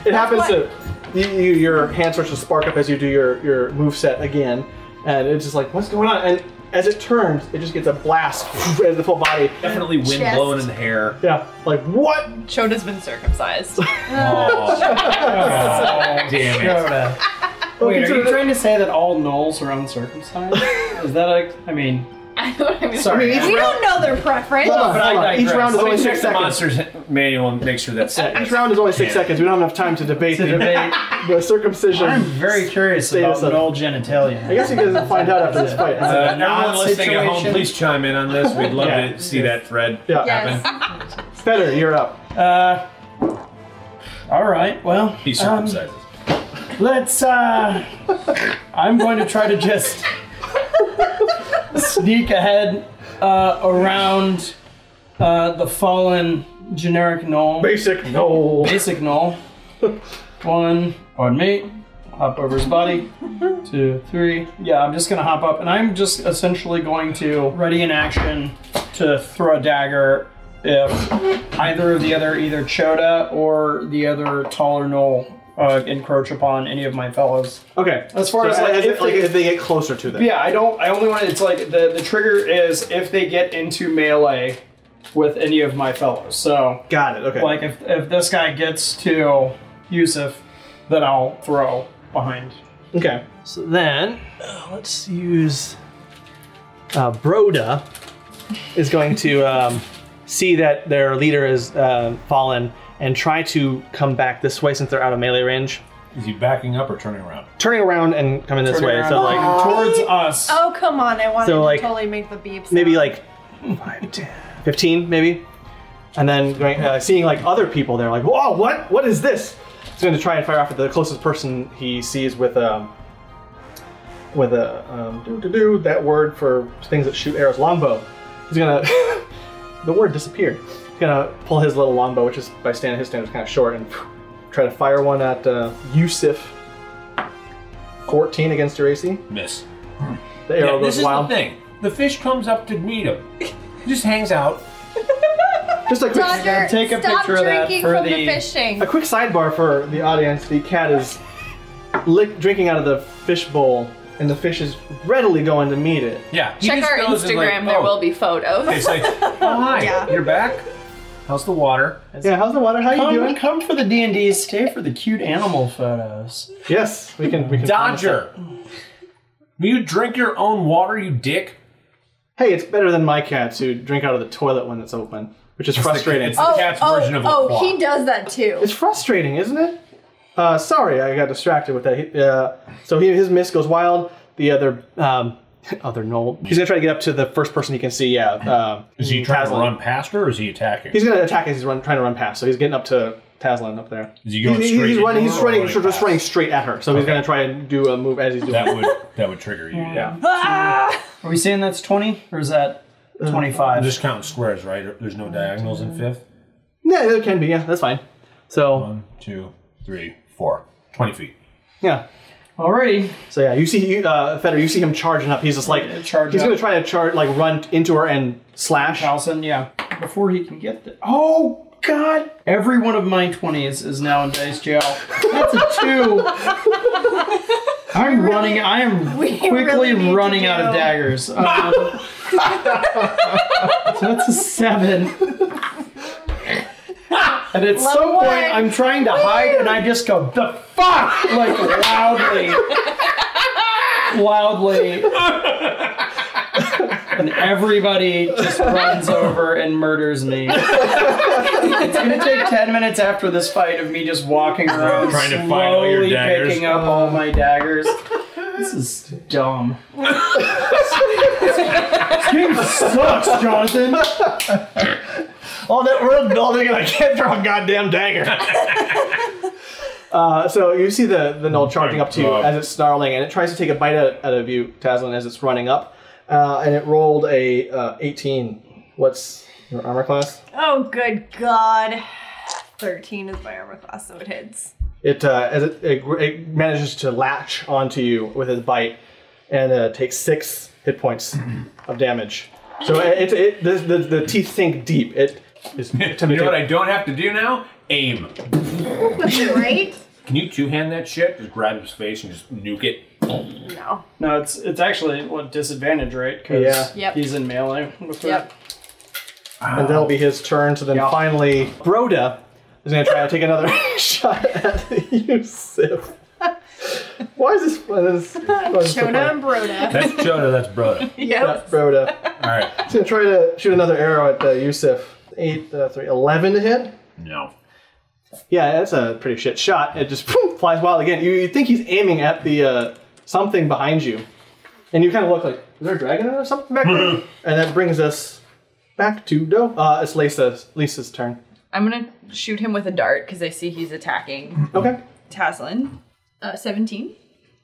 A: It happens to you, you, your hand starts to spark up as you do your your move set again, and it's just like, what's going on? And as it turns, it just gets a blast (laughs) as the full body.
G: Definitely wind
F: Chest.
G: blowing in the hair.
A: Yeah. Like what?
E: Choda's been circumcised.
G: Oh,
A: Ah,
G: God damn it.
D: Choda. Wait, are you trying to say that all gnolls are uncircumcised? Is that a. I mean,
E: I know what I mean.
D: sorry.
A: I mean,
F: we don't know their preference.
A: Hold on,
D: (laughs) but I
A: hold on. Each
D: digress.
A: round is
G: Let
A: only
G: me check
A: six
G: the
A: seconds.
G: monster's manual and make sure that's
A: Each round is only six
G: Yeah.
A: seconds. We don't have enough time to debate,
D: to
A: the-
D: debate.
A: (laughs) the circumcision.
D: I'm very curious about
A: Status of-
D: gnoll
A: I
D: genitalia.
A: guess you guys will find out after this fight.
G: Uh, now,
D: Not
G: listening at home,
D: situation.
G: please chime in on this. We'd love
D: Yeah.
G: to see that thread
A: Yeah.
G: happen.
E: (laughs)
A: Fetter, you're up.
D: Uh, Alright, well.
G: He
D: um,
G: circumcises.
D: Let's, uh. I'm going to try to just sneak ahead uh, around uh, the fallen generic knoll.
A: Basic no.
D: Basic knoll. One, pardon me. hop over his body. Two, three. Yeah, I'm just gonna hop up, and I'm just essentially going to ready in action to throw a dagger if either of the other, either Choda or the other taller knoll, uh, encroach upon any of my fellows.
A: Okay.
D: As far
A: So
D: as, like,
A: as-
D: if
A: like,
D: they-
A: if they get closer to them.
D: Yeah, I don't. I only want. It's like the the trigger is if they get into melee with any of my fellows. So
A: got it. Okay.
D: Like if if this guy gets to Yusuf, then I'll throw behind.
A: Okay. So then, uh, let's use uh, Broda is going to um, see that their leader is uh, fallen and try to come back this way since they're out of melee range.
G: Is he backing up or turning around?
A: Turning around and coming this way. So like
D: towards us.
I: Oh come on! I wanted
A: So, like,
I: to totally make the beeps.
A: maybe like five, 10, 15 maybe and then going, uh, seeing like other people there like whoa what what is this he's going to try and fire off at the closest person he sees with um with a um, do do do that word for things that shoot arrows longbow he's gonna (laughs) the word disappeared he's gonna pull his little longbow which is by standard his standard is kind of short and try to fire one at uh, Yusuf 14 against your AC
G: Miss.
A: the arrow
G: Yeah,
A: goes
G: this is
A: wild
G: the thing. The fish comes up to meet him. Just hangs out.
A: (laughs) Just a quick
F: Roger,
A: take a
F: stop
A: picture of that
F: drinking
A: for
F: from the
A: the
F: fishing.
A: A quick sidebar for the audience: the cat is lick, drinking out of the fish bowl, and the fish is readily going to meet it.
G: Yeah. he
E: Check
G: just
E: our
G: goes and, like,
E: Instagram. there
G: oh.
E: will be photos.
G: It's like, (laughs) oh hi, you're back. How's the water?
A: Yeah, how's the water? How
D: come,
A: you doing?
D: Come for the D and D. Stay for the cute animal photos.
A: Yes, we can. We can promise that.
G: Dodger. Will you drink your own water, you dick?
A: Hey, it's better than my cats who drink out of the toilet when it's open, which is frustrating.
G: it's the cat's version of a
F: oh,
G: quack.
F: he does that too.
A: It's frustrating, isn't it? Uh, sorry, I got distracted with that. He, uh, so he, his miss goes wild. The other um, (laughs) other Noel, he's gonna try to get up to the first person he can see. Yeah, uh,
G: Is he trying to run past her or is he attacking?
A: He's gonna attack as he's run, trying to run past. So he's getting up to Taslin up there.
G: Is he going
A: he's,
G: straight
A: He's
G: into
A: running. He's
G: her or
A: running.
G: running
A: just
G: past?
A: running straight at her. So he's gonna try and do a move as he's doing
G: that
A: it.
G: would that would trigger you. Yeah.
D: Are we saying that's twenty or is that twenty
G: I'm
D: five?
G: just counting squares, right? There's no diagonals in fifth.
A: Yeah, it can be. Yeah, that's fine. So
G: One, two, three, four. Twenty feet.
A: yeah.
D: Alrighty.
A: So yeah, you see, you, uh, Feder, you see him charging up. He's just like
D: Charge
A: he's
D: up.
A: gonna try to charge, like run into her and slash.
D: Allison, yeah. Before he can get there. Oh, God! Every one of my 20s is now in dice jail. That's a
I: (laughs)
D: two. I'm running. I am quickly
I: really need to
D: running out of
I: do-
D: daggers.
I: (laughs)
D: Um, so that's a seven. And at some point, I'm trying to hide, and I just go the fuck like
I: (laughs)
D: loudly, loudly, and everybody (laughs) just runs over and murders me. it's gonna take ten minutes after this fight of me just walking around,
G: Trying to
D: slowly
G: find all your daggers.
D: picking up all my (laughs) daggers. This is dumb. (laughs) this game sucks, Jonathan.
A: All Oh, that world building, and I can't throw a goddamn
G: (laughs)
A: dagger. uh, so you see the the gnoll charging up to you
G: God.
A: as it's snarling, and it tries to take a bite out, out of you, Taslin, as it's running up, uh, and it rolled a uh, 18. What's your armor class?
F: Oh, good God. 13 is my armor class, so it hits.
A: It uh, as it, it, gr- it manages to latch onto you with its bite, and uh, takes six hit
G: (clears throat)
A: points of damage. So it, it, it the, the, the teeth sink deep. It is
G: (laughs) You know what I don't have to do now? Aim.
F: Right?
G: (laughs) Can you two hand that shit? Just grab his face and just nuke it.
F: no.
D: No, it's it's actually what disadvantage, right? 'Cause
A: Yeah.
J: Yep.
D: he's in melee. with her.
J: Yep.
A: And that'll be his turn. So then
D: Yeah.
A: finally, Broda is going to try to take another (laughs) shot at Yusuf. Why is this? Why is this why is this so
F: Chona
A: funny?
F: and Broda.
G: That's (laughs) Joda, that's Broda.
A: Not Broda.
G: Alright.
A: He's going to try to shoot another arrow at uh, Yusuf. Eight, uh, three, 11 to hit.
G: No.
A: Yeah, that's a pretty shit shot. It just (laughs) flies wild again. You, you think he's aiming at the uh, something behind you, and you kind of look like, is there a dragon or something back
G: (laughs)
A: there? and that brings us back to Doe. Uh, it's Lisa's Lisa's turn.
E: I'm gonna shoot him with a dart because I see he's attacking
A: Okay,
E: Taslin. Uh, 17.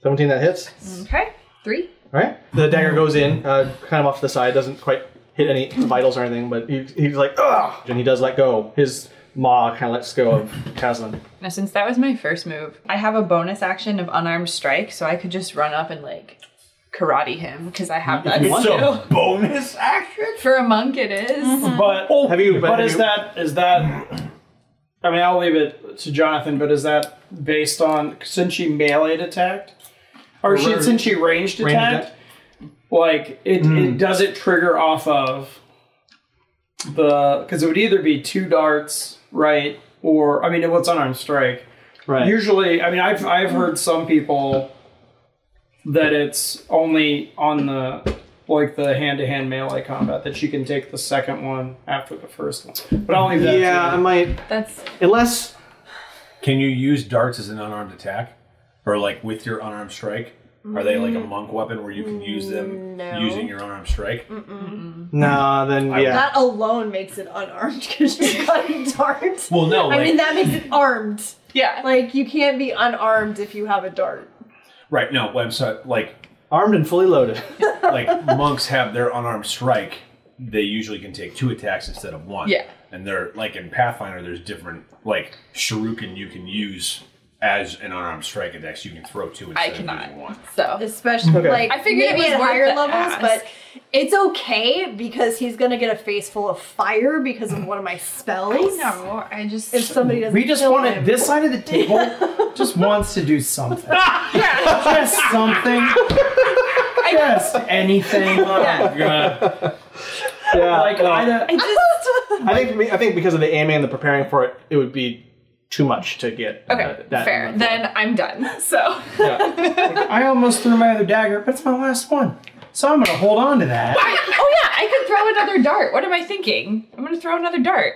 A: seventeen that hits.
E: Okay. Three.
A: All right. The dagger goes in, uh, kind of off to the side, doesn't quite hit any vitals or anything, but he, he's like, ugh! And he does let go. His Maw kind of lets go of Tasman.
E: Now, since that was my first move, I have a bonus action of unarmed strike, so I could just run up and like karate him because I have that.
D: It's
E: skill.
D: a bonus action.
E: For a monk, it is.
D: But have
A: you?
D: Oh,
A: have
D: But is
A: you-
D: that is that? I mean, I'll leave it to Jonathan. But is that based on since she melee attacked, or she,
A: Ranged-
D: since she ranged
A: ranged Hmm.
D: attacked? Like it, it does it trigger off of the because it would either be two darts, right? Or I mean, what's unarmed strike?
A: Right.
D: Usually, I mean, I've I've heard some people that it's only on the like the hand-to-hand melee combat that you can take the second one after the first one. But I'll leave that.
A: Yeah,
D: to
A: I might.
E: That's
A: unless.
G: Can you use darts as an unarmed attack, or like with your unarmed strike? Are they like a monk weapon where you can use them
F: Mm. No.
G: using your unarmed strike?
A: Nah, then yeah.
F: That alone makes it unarmed because (laughs) you're cutting darts.
G: Well, no,
F: I
G: like-
F: mean that makes it armed.
E: Yeah,
F: like you can't be unarmed if you have a dart.
G: Right. No, I'm sorry. Like
A: armed and fully loaded.
G: (laughs) like monks have their unarmed strike. They usually can take two attacks instead of one.
E: Yeah.
G: And they're like in Pathfinder. There's different like shuriken you can use as an unarmed strike attacks. You can throw two instead
E: I
G: of using one.
E: cannot. So
F: especially
G: Okay.
F: like
E: I figured it
F: maybe
E: was
F: at
E: worth
F: higher
E: the
F: levels,
E: ask.
F: but it's okay because he's gonna get a face full of fire because of one of my spells.
E: No, I just
F: if somebody doesn't.
D: We just
F: kill
D: wanted
F: him. (laughs)
D: this side of the table just wants to do (laughs) something. just (laughs) something. Just anything.
A: Yeah.
D: Oh, God.
A: Yeah.
D: Like, I uh, don't-
A: I think for me- I think because of the aiming and the preparing for it, it would be too much to get.
E: Okay,
A: uh, that
E: fair. Then I'm done. (laughs) So
D: I almost threw my other dagger, but it's my last one. So I'm gonna hold on to that.
E: oh yeah, I could throw another dart. What am I thinking? I'm gonna throw another dart.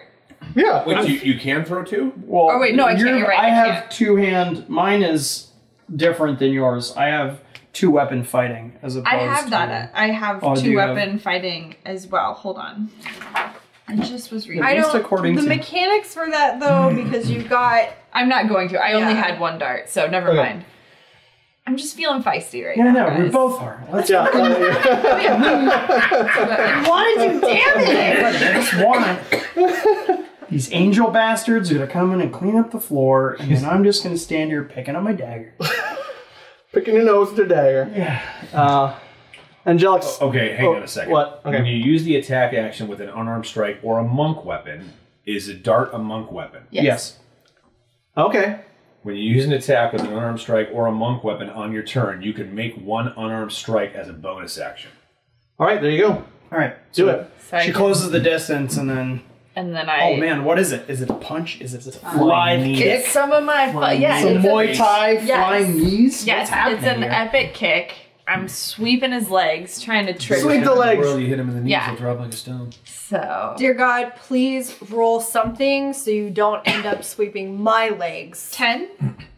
A: Yeah.
G: Wait, you, you can throw two?
D: Well,
E: Oh, wait, no, I can't,
D: you're-
E: you're right,
D: I,
E: I
D: have two hand. Mine is different than yours. I have two weapon fighting as opposed.
E: I have that.
D: To,
E: I have
D: Oh,
E: two
D: do you have-
E: weapon fighting as well. Hold on. I just was reading.
D: At
E: I
D: least
E: don't.
D: according
F: the
D: to
F: mechanics for that though, because you got
E: I'm not going to. I only
F: Yeah.
E: had one dart, so never
A: Okay.
E: mind. I'm just feeling feisty right
D: yeah,
E: now.
D: no, we
E: guys.
D: both are. Let's
A: Yeah.
F: I
D: (laughs)
F: wanted you, damn it!
D: But next one. These angel bastards are gonna come in and clean up the floor, and then I'm just gonna stand here picking up my dagger.
A: (laughs) Picking your nose with your dagger.
D: Yeah.
A: Uh, Angelic's.
G: Okay, hang
A: Oh,
G: on a second.
A: What?
G: When
A: Okay.
G: you use the attack action with an unarmed strike or a monk weapon, is a dart a monk weapon?
E: Yes.
A: Okay.
G: When you use an attack with an unarmed strike or a monk weapon on your turn, you can make one unarmed strike as a bonus action.
A: All right. There you go.
D: All right.
A: Do it.
E: So I
D: She
E: can-
D: closes the distance, and then
E: and then I.
D: oh man, what is it? Is it a punch? Is it a fly kick?
E: It's some of my. Fu- yeah.
D: Some
E: it's a-
D: Muay Thai
E: Yes.
D: flying knees?
E: Yes,
D: What's happening
E: it's an
D: here?
E: epic kick. I'm sweeping his legs, trying to trigger.
A: Sweep
E: him.
A: the legs.
G: you hit him in the knees,
E: Yeah.
G: he'll drop like a stone.
E: So
F: Dear God, please roll something so you don't end up sweeping my legs.
E: ten.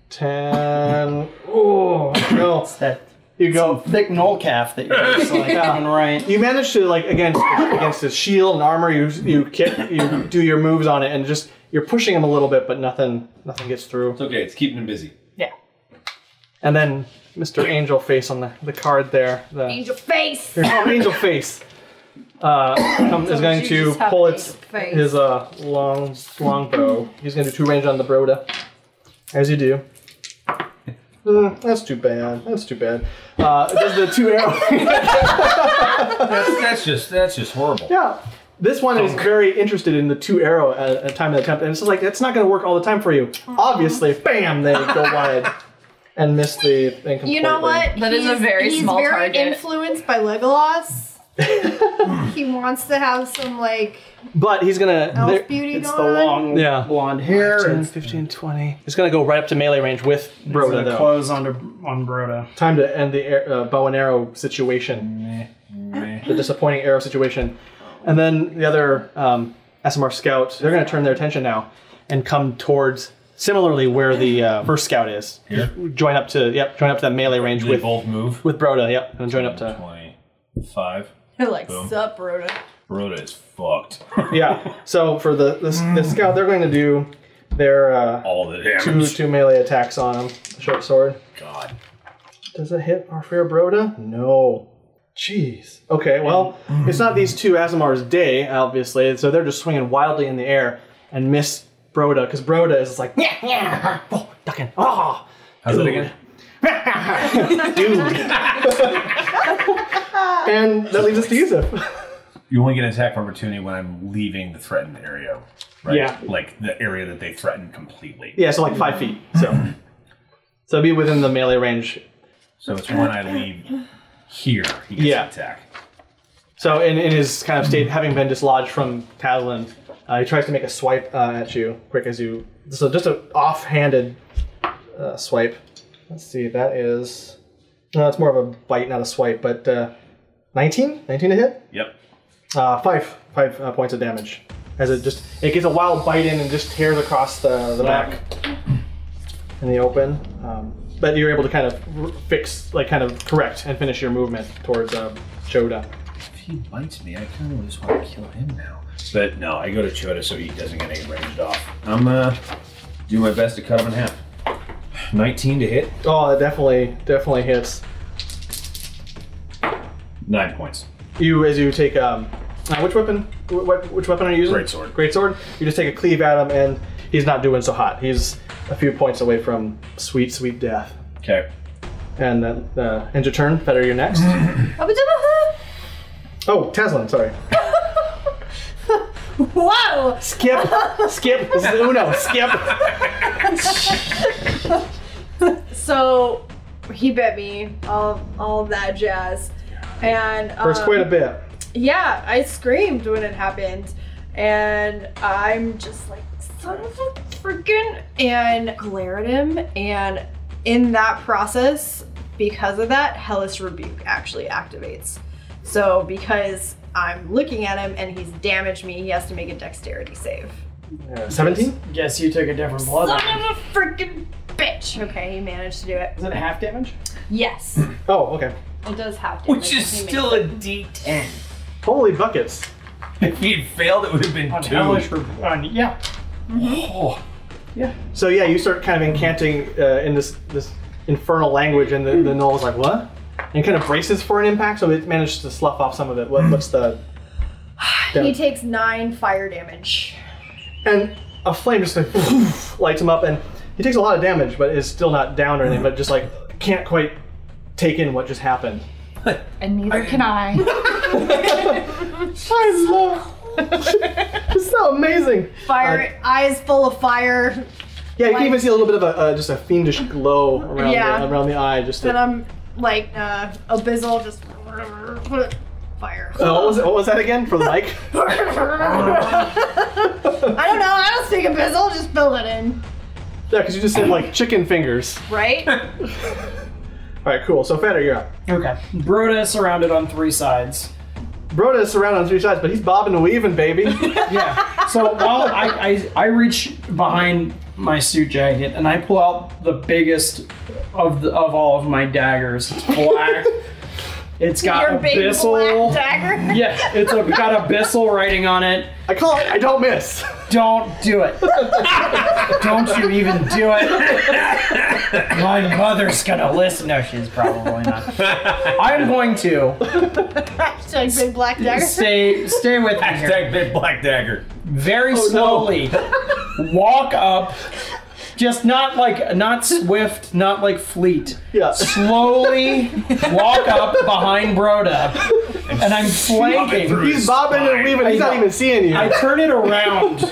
A: Ten. Oh no.
D: It's that
A: You go.
D: thick knoll calf that you're
A: (laughs)
D: just like
A: Yeah.
D: doing right.
A: You manage to like against against his shield and armor. You you kick. You do your moves on it, and just you're pushing him a little bit, but nothing nothing gets through.
G: It's okay, it's keeping him busy.
E: Yeah.
A: And then Mr. Angel Face on the, the card there. The,
F: Angel face!
A: Your
F: (laughs)
A: angel face uh, (coughs) come- is going
F: you
A: to
F: just have
A: pull
F: an
A: its
F: angel face.
A: his uh, long long bow. He's going to do two range on the Broda, as you do. (laughs) Mm, that's too bad. That's too bad. Uh, it does the two arrow? (laughs)
G: That's, that's just that's just horrible.
A: yeah. This one is very interested in the two arrow at a time of attempt, and it's just like that's not going to work all the time for you. Obviously, bam, they
F: (laughs)
A: go wide and miss the thing completely.
F: You know what?
E: That is a very
F: he's
E: small
F: very
E: target.
F: influenced by Legolas. he wants to have some like
A: But he's gonna. there-
F: elf beauty
D: It's the
F: going. on.
D: long
A: Yeah.
D: blonde hair.
A: 10,
D: and
A: 15, 20. It's going to go right up to melee range with Broda,
D: the
A: though.
D: clothes onto on Broda.
A: Time to end the air, uh, bow and arrow situation, the disappointing arrow situation. And then the other um, SMR scout, they're going to turn their attention now and come towards similarly where the uh, first scout is.
G: Here?
A: Join up to yep, join up to that melee range
G: They
A: with
G: both move.
A: with Broda. Yep, and join up to
G: Twenty-five.
F: They're like,
G: Boom.
F: sup, Rhoda.
G: Broda is fucked.
A: yeah. So for the this, this scout, they're going to do their uh,
G: All the
A: two
G: damage.
A: two melee attacks on him. The short sword.
G: God.
A: Does it hit our fair Broda? No. Jeez. Okay, well, it's not these two Asimar's day, obviously, so they're just swinging wildly in the air and miss Broda, because Broda is like, yeah, yeah, oh, ducking, ah.
G: How's it again?
A: and that leaves us to Yusuf.
G: You only get an attack of opportunity when I'm leaving the threatened area, right?
A: Yeah.
G: Like the area that they threatened completely.
A: Yeah, so like five feet. So, so it'd be within the melee range.
G: So it's when I leave here, he gets
A: Yeah.
G: an attack.
A: So in, in his kind of state, having been dislodged from Tasland, uh, he tries to make a swipe uh, at you, quick as you. So just an off-handed uh, swipe. Let's see, that is. No, it's more of a bite, not a swipe, but uh, 19? 19 to hit?
G: Yep.
A: Uh, five, five uh, points of damage. As it just, it gets a wild bite in and just tears across the, the back in the open. Um, but you're able to kind of r- fix, like, kind of correct and finish your movement towards uh, Choda.
G: If he bites me, I kind of just want to kill him now. But no, I go to Chota so he doesn't get any ranged off. I'm gonna do my best to cut him in half. (sighs) 19 to hit.
A: Oh, it definitely, definitely hits.
G: Nine points.
A: You, as you take, um, uh, which weapon, wh- wh- which weapon are you using?
G: Great sword.
A: Great sword. You just take a cleave at him, and he's not doing so hot. He's a few points away from sweet, sweet death.
G: Okay.
A: And then, uh, end your turn. Better you're
D: (gasps)
A: next. oh, Taslan, sorry.
F: Whoa!
A: Skip, skip, this is Uno, skip.
F: so he bit me, all all that jazz, and um,
A: Hurts quite a bit.
F: Yeah, I screamed when it happened, and I'm just like son of a freaking and glare at him, and in that process, because of that, Hellish Rebuke actually activates. So because I'm looking at him and he's damaged me, he has to make a Dexterity save.
A: 17?
D: Guess you took a different blood.
F: Son of a freaking bitch! Okay, he managed to do it.
D: Is it half damage?
F: Yes.
A: Oh, okay.
F: It does have to.
G: Which is still a D10.
A: Holy buckets.
G: If he had failed, it would have been two.
A: hellish
D: yeah.
G: Oh.
A: Yeah. So yeah, you start kind of incanting uh, in this this infernal language, and the, the gnoll is like, "What?" And kind of braces for an impact, so it manages to slough off some of it. What, what's the
F: He
A: Yeah.
F: takes nine fire damage.
A: and a flame just like (laughs) lights him up, and he takes a lot of damage, but is still not down or anything, but just like can't quite take in what just happened.
H: And neither can I.
A: I love. (laughs) it's so amazing.
F: Fire eyes full of fire.
A: Yeah, you can even see a little bit of a uh, just a fiendish glow around
F: Yeah.
A: the, around the eye. Just.
F: Then
A: To,
F: I'm um, like uh, abyssal, just fire.
A: uh, what was it, what was that again for the mic? (laughs)
F: I don't know. I don't speak abyssal. Just fill it in,
A: Yeah, because you just said like chicken fingers. (laughs)
F: right?
A: All right, cool. So Fetter, you're up.
D: Okay. Broda is surrounded on three sides.
A: Broda is surrounded on three sides, but he's bobbing and weaving, baby. (laughs)
D: yeah. So while I, I I reach behind my suit jacket and I pull out the biggest of the, of all of my daggers. It's
F: (laughs)
D: black. It's got
F: Your big
D: abyssal.
F: black dagger.
D: Yeah, it's a, got abyssal writing on it.
A: I call it. I don't miss.
D: Don't do it. don't you even do it. My mother's gonna listen. No, she's probably
A: (laughs)
D: not. I'm going to.
F: Hashtag big black dagger.
D: Stay, stay with me. Here.
G: Hashtag big black dagger.
D: Very slowly walk up, just not like not swift, not like fleet.
A: Yeah.
D: Slowly walk up behind Broda, and I'm flanking.
A: He's bobbing and weaving. He's not even seeing you.
D: I turn it around.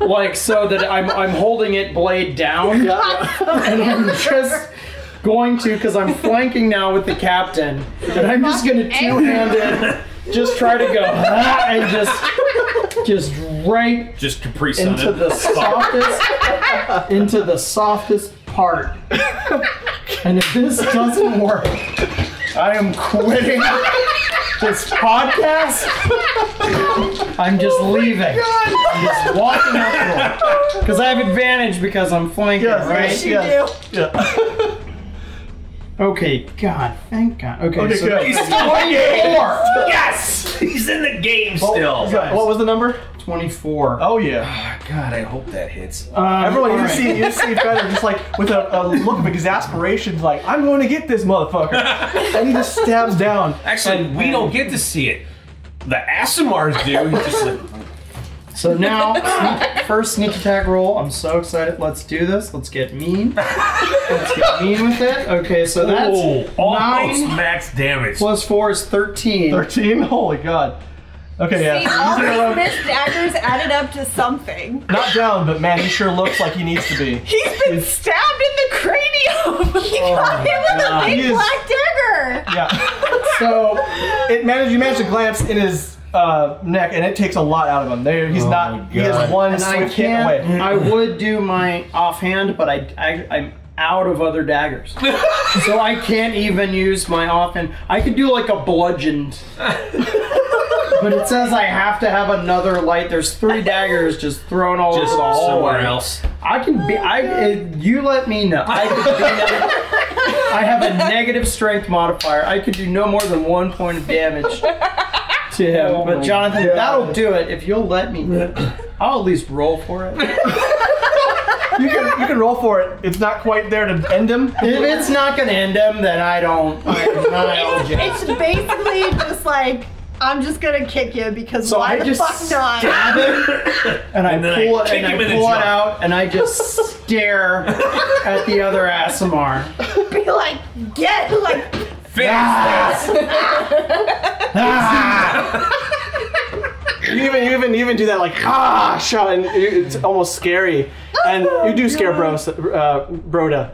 D: Like so that I'm I'm holding it blade down and I'm just going to because I'm flanking now with the captain and I'm just gonna two handed just try to go (laughs) "Ah," and just just right
G: Just Capri Sun.
D: into
G: it.
D: the softest into the softest part. And if this doesn't work, I am quitting this podcast. I'm just
A: Oh
D: leaving. I'm just walking out the door. Because I have advantage because I'm flanking,
A: Yes,
D: right?
A: yes, yes. Yeah.
D: Okay, God, thank God. Okay,
A: Okay,
D: so
A: good.
D: that's
A: He's
G: still in the game.
D: 24.
G: Yes! He's in the game still.
A: Yeah, Oh, What was the number?
D: 24.
A: Oh yeah.
G: God, I hope that hits.
D: Um,
A: Everyone, you
D: all right.
A: see, you see Fetter just like with a, a look of exasperation, like I'm going to get this
F: (laughs)
A: motherfucker, and he just stabs down.
G: Actually, we don't get to see it. The Asimars do. He's just like,
D: So now, sneak- first sneak attack roll. I'm so excited. Let's do this. Let's get mean. Let's get mean with it. Okay, so that's
G: Oh, almost
D: nine
G: max damage.
D: plus four is thirteen.
A: Thirteen. Holy god. Okay,
F: See,
A: yeah.
F: all
A: He's in a
F: these
A: row.
F: missed daggers added up to something.
A: Not down, but man, he sure looks like he needs to be.
F: He's been stabbed in the
E: (laughs)
F: cranium. He
G: Oh
F: got him with
A: God.
F: a big
A: He is-
F: black dagger.
A: Yeah. so it managed. You managed to glance in his uh, neck, and it takes a lot out of him. There, he's not. He has one
D: And I
A: swift hit
D: can't.
A: away.
D: I would do my offhand, but I, I I'm out of
M: (laughs)
D: other daggers, so I can't even use my offhand. I could do like a
M: (laughs)
D: bludgeoned, but it says I have to have another light. There's three daggers just thrown all
G: Just
D: over the
G: somewhere
D: hallway.
G: else.
D: I can
M: Oh,
D: be. I it, you let me know.
M: (laughs)
D: I, could be I have a negative strength modifier. I could do no more than one point of damage to him.
M: Oh
D: but
M: my
D: Jonathan,
M: God.
D: that'll do it if you'll let me.
M: (laughs)
D: I'll at least roll for (laughs) it.
A: You can you can roll for it. It's not quite there to end him.
D: If it's not gonna end him, then I don't. I'm not eligible.
F: It's basically just like I'm just gonna kick you because
D: So
F: why
D: I
F: the
D: just
F: fuck not?
D: stab him, and I pull it,
G: kick
D: and
G: him in
D: I
G: the
D: pull it
G: jaw.
D: out, and I just stare at the other Asimar.
F: Be like, get like
D: Ah.
C: You even you even you even do that like ah shot and you, it's almost scary and
F: Oh
C: you do scare Bros, uh, Broda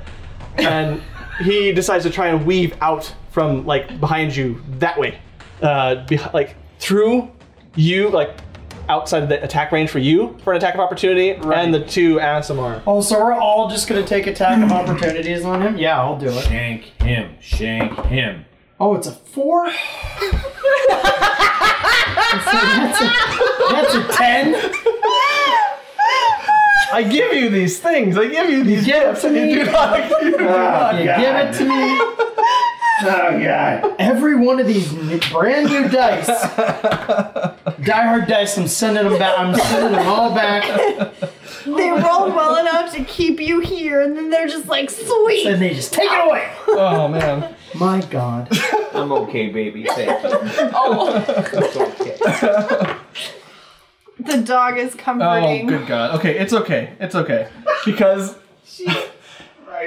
C: and he decides to try and weave out from like behind you that way uh, beh like through you like outside of the attack range for you for an attack of opportunity and the two Asimar.
D: Oh, so we're all just gonna take attack of opportunities on him? Yeah, I'll do it.
G: Shank him. Shank him.
D: Oh, it's a (laughs) four. that's, a, that's a ten.
A: I give you these things. I give you these gifts, and you do
D: (laughs)
A: not. You
D: Oh,
A: do not.
D: You give it to me.
G: Oh god.
D: Every one of these n- brand new dice, die hard dice. I'm sending them back. I'm sending them all back,
F: they rolled well enough to keep you here, and then they're just like, sweet.
D: and they just take it away.
A: Oh man.
D: My God.
N: I'm okay, baby. Thank you. It's okay.
F: The dog is
A: Oh
F: comforting.
A: good god. Okay, it's okay. It's okay because.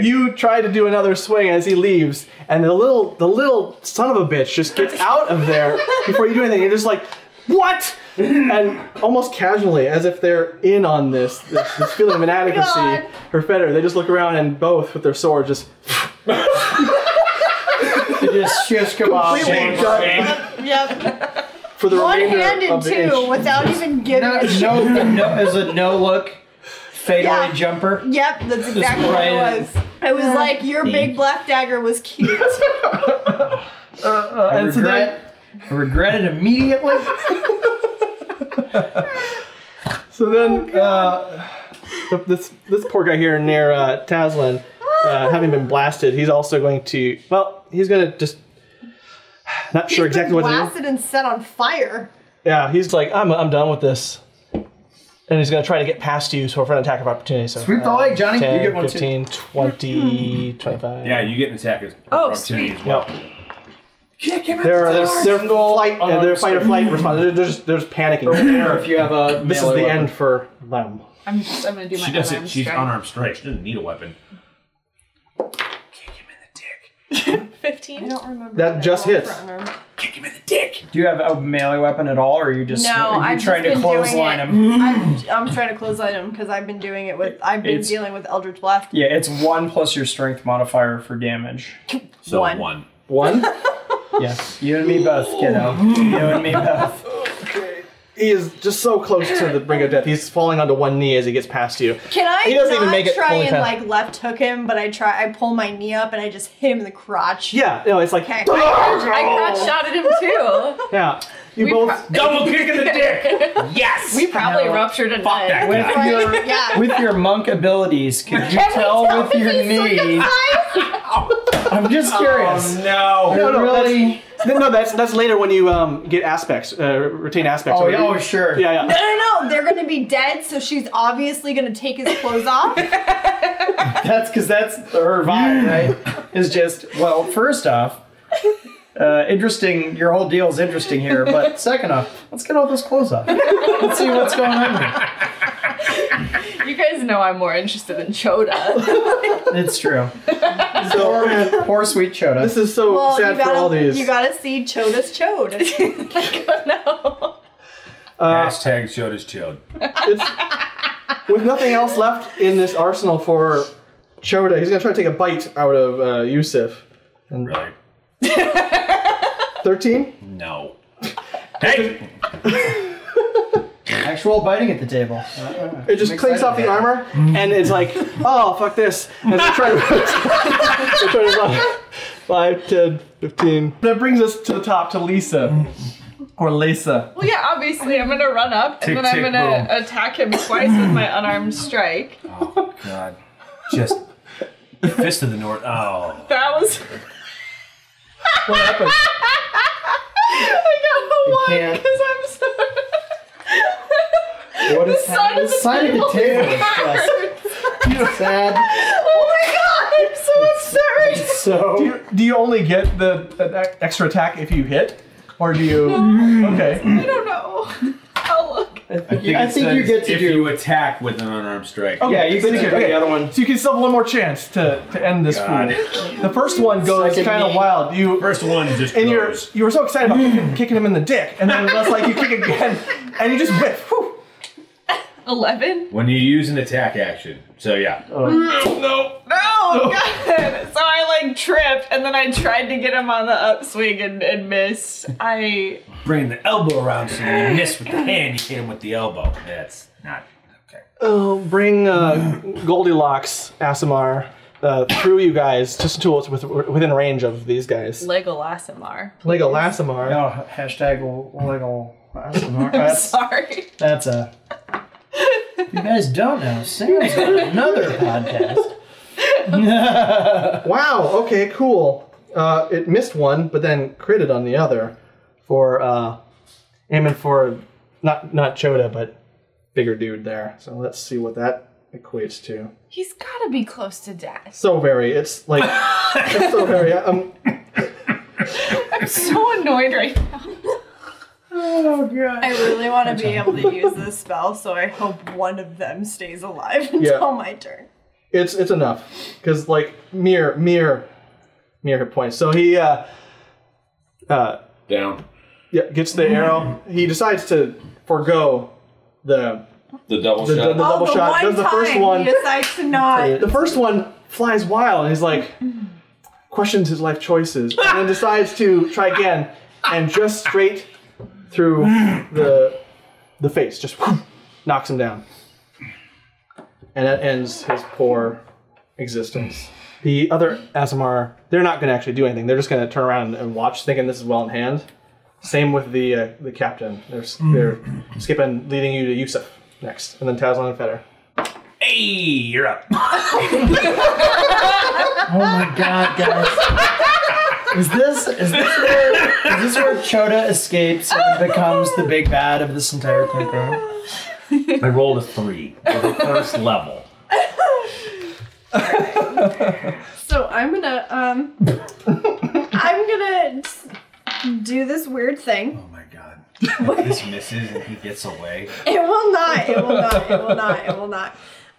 A: You try to do another swing as he leaves, and the little the little son of a bitch just gets out of there before you do anything. You're just like, what? And almost casually, as if they're in on this this, this feeling of
F: God.
A: inadequacy or fetter, they just look around and both with their sword just (laughs)
D: They just shish
F: Oh
D: kebab.
A: completely done
F: Yep.
A: for the
F: One
A: remainder
F: handed
A: of the
F: too,
A: inch.
F: without even giving
D: No,
F: a shit.
D: no, no. Is a no look fadeaway
F: Yeah.
D: jumper?
F: Yep, that's exactly what it
D: right in.
F: was. I was like, your big black dagger was cute.
D: I
A: and so then-
D: regret. I regret it immediately.
A: So
F: Oh
A: then, uh, th- this this poor guy here near uh, Taslin,
F: Oh.
A: uh, having been blasted, he's also going to. Well, he's going to just. Not sure exactly what to do.
F: Blasted and set on fire.
A: Yeah, he's like, I'm, I'm done with this. And he's going to try to get past you so for an attack of opportunity. So uh,
D: Sweep the leg, Johnny. You
A: 10,
D: get one too.
A: 15, 20, 25.
G: Yeah, you get an attack of
N: Oh,
G: opportunity as well.
A: Yep. They're, they're, they're flight, uh, they're fight or flight response. They're, they're, just, they're just panicking.
D: if you have a
A: this is
D: melee
A: the
D: weapon.
A: end for them.
E: I'm just, I'm gonna do my
G: She does
E: unarmed
G: it. She's
E: strike.
G: unarmed strike. She doesn't need a weapon.
O: 15?
F: don't remember.
A: That just hits.
G: Kick him in the dick.
D: Do you have a melee weapon at all, or are you just
F: No,
D: are you
F: I've
D: trying
F: just
D: to
F: been
D: clothesline
F: doing
D: him?
F: I'm,
A: Mm.
F: I'm trying to close on him because I've been doing it with. I've been
D: It's-
F: dealing with Eldritch Blast.
D: Yeah, it's one plus your strength modifier for damage.
G: So
F: One.
G: one.
A: One.
D: Yeah, you and me both, kiddo. You and me both.
A: He is just so close to the brink of death. He's falling onto one knee as he gets past you.
F: Can I
A: He doesn't
F: not
A: even make it
F: try
A: fully
F: and
A: past-
F: like left hook him? But I try. I pull my knee up and I just hit him in the crotch.
A: Yeah, no, it's like
F: Okay.
E: I crotch shot at him too.
A: yeah. You
E: We
A: both
E: pro-
G: Double
E: (laughs)
G: kick in the dick. Yes.
E: We probably
D: No.
E: ruptured a
G: Fuck that
E: neck.
D: With
G: guy.
D: your
F: yeah.
D: with your monk abilities, could you
F: Can we
D: tell,
F: tell
D: with
F: if
D: your
F: he's still
D: knee? I'm just curious.
G: No.
A: no, no,
D: Oh, really?
A: that's, no, that's that's later when you um, get aspects, uh, retain aspects.
D: Oh,
A: or-
D: yeah, oh, sure.
A: yeah,
F: No,
A: yeah.
F: no, no. They're gonna be dead, so she's obviously gonna take his
A: (laughs)
F: clothes off.
D: That's because that's her vibe, right? Is just well, first off,
P: Uh, interesting. Your whole deal is interesting here, but second off, let's get all those clothes off. Let's see what's going on. Here.
E: You guys know I'm more interested in Choda.
P: It's true. So, poor sweet Chota.
A: This is so
F: well,
A: sad
F: you gotta,
A: for all these.
F: You gotta see Choda's Chode.
G: Uh, Hashtag showed his chilled.
A: With nothing else left in this arsenal for Choda, he's gonna try to take a bite out of uh, Yusuf. And
G: really?
A: (laughs) Thirteen.
G: No. Hey!
P: Actual biting at the table.
A: It just clinks off the armor, and it's like, (laughs) oh fuck this. And it's (laughs) trying to, trying to run. 5, 10, 15. That brings us to the top to Lisa. Or Lisa.
E: well, yeah, obviously I'm gonna run up and
A: Tick,
E: then I'm
A: tick,
E: gonna
A: boom.
E: attack him twice with my unarmed strike.
G: God. Just fist of the north. Oh.
E: That was.
A: What happened?
E: I got the one
A: can't-
E: because I'm so.
P: What
E: the
P: is
E: side of the,
P: side of the table is just- (laughs) Sad.
E: Oh my god, I'm so upset right
A: So do you, do you only get the, the extra attack if you hit, or do you? Okay.
E: I don't know. I'll look.
G: I think,
A: I think you get to
G: if do. If you attack with an unarmed strike.
A: Okay,
P: you can do the other one.
A: So you can still have one more chance to, to end this
G: God.
A: fool. The first one goes
G: Second
A: kind of
G: game.
A: wild. You
G: first one just
A: and you're you were so excited about
C: Mm.
A: kicking, kicking him in the dick, and then that's like you kick again, and you just whiff.
P: Oh
A: Whew.
E: 11?
G: When you use an attack action. So, yeah.
E: No.
P: Oh.
E: No, God. So I like tripped and then I tried to get him on the upswing and, and missed. I.
G: Bring the elbow around so you miss with the hand, you hit him with the elbow. That's not.
A: Oh, bring uh, Goldilocks Asimar uh, through you guys, just until it's with, within range of these guys.
E: Legolas Amar.
A: Lego Lassimar.
P: No, Oh, hashtag Lego Lassimar.
E: I'm
P: That's,
E: sorry.
P: that's a. If you guys don't know, Sam's on another podcast.
A: wow. Okay. Cool. Uh, it missed one, but then critted on the other, for uh, aiming for not not Choda, but bigger dude there. So let's see what that equates to.
E: He's gotta be close to death.
A: So very.
P: (laughs)
A: It's like it's so very. Um,
E: I'm
F: (laughs)
E: so annoyed right now.
P: Oh god.
F: I really want to be
A: (laughs)
F: able to use this spell, so I hope one of them (laughs) stays alive until
A: Yeah.
F: my turn.
A: it's it's enough because like mere mere mere hit points. So he uh, uh,
G: Down.
A: yeah gets the arrow. He decides to forego the
G: The double
A: The-
G: shot.
A: the double
F: Oh, the
A: shot.
F: one
A: Does the first
F: time
A: one.
F: He decides
A: (laughs)
F: to not.
A: The first one flies wild and he's like, questions his life choices, and then decides to try again and just straight through the the face, just whoop, knocks him down. And that ends his poor existence. The other Asimar, they're not going to actually do anything. They're just going to turn around and watch, thinking this is well in hand. Same with the uh, the captain. They're, s- they're skipping, leading you to Yusuf next, and then Taslan and Fetter.
G: Hey, you're up.
P: Oh my god, guys. Is this is this where is this where Choda escapes and becomes the big bad of this entire playground?
G: I rolled a three for the first level.
F: So I'm gonna um, I'm gonna s- do this weird
G: Oh
F: thing.
G: (laughs) this misses and he gets away.
F: It will not. It will not. It will not. It will not.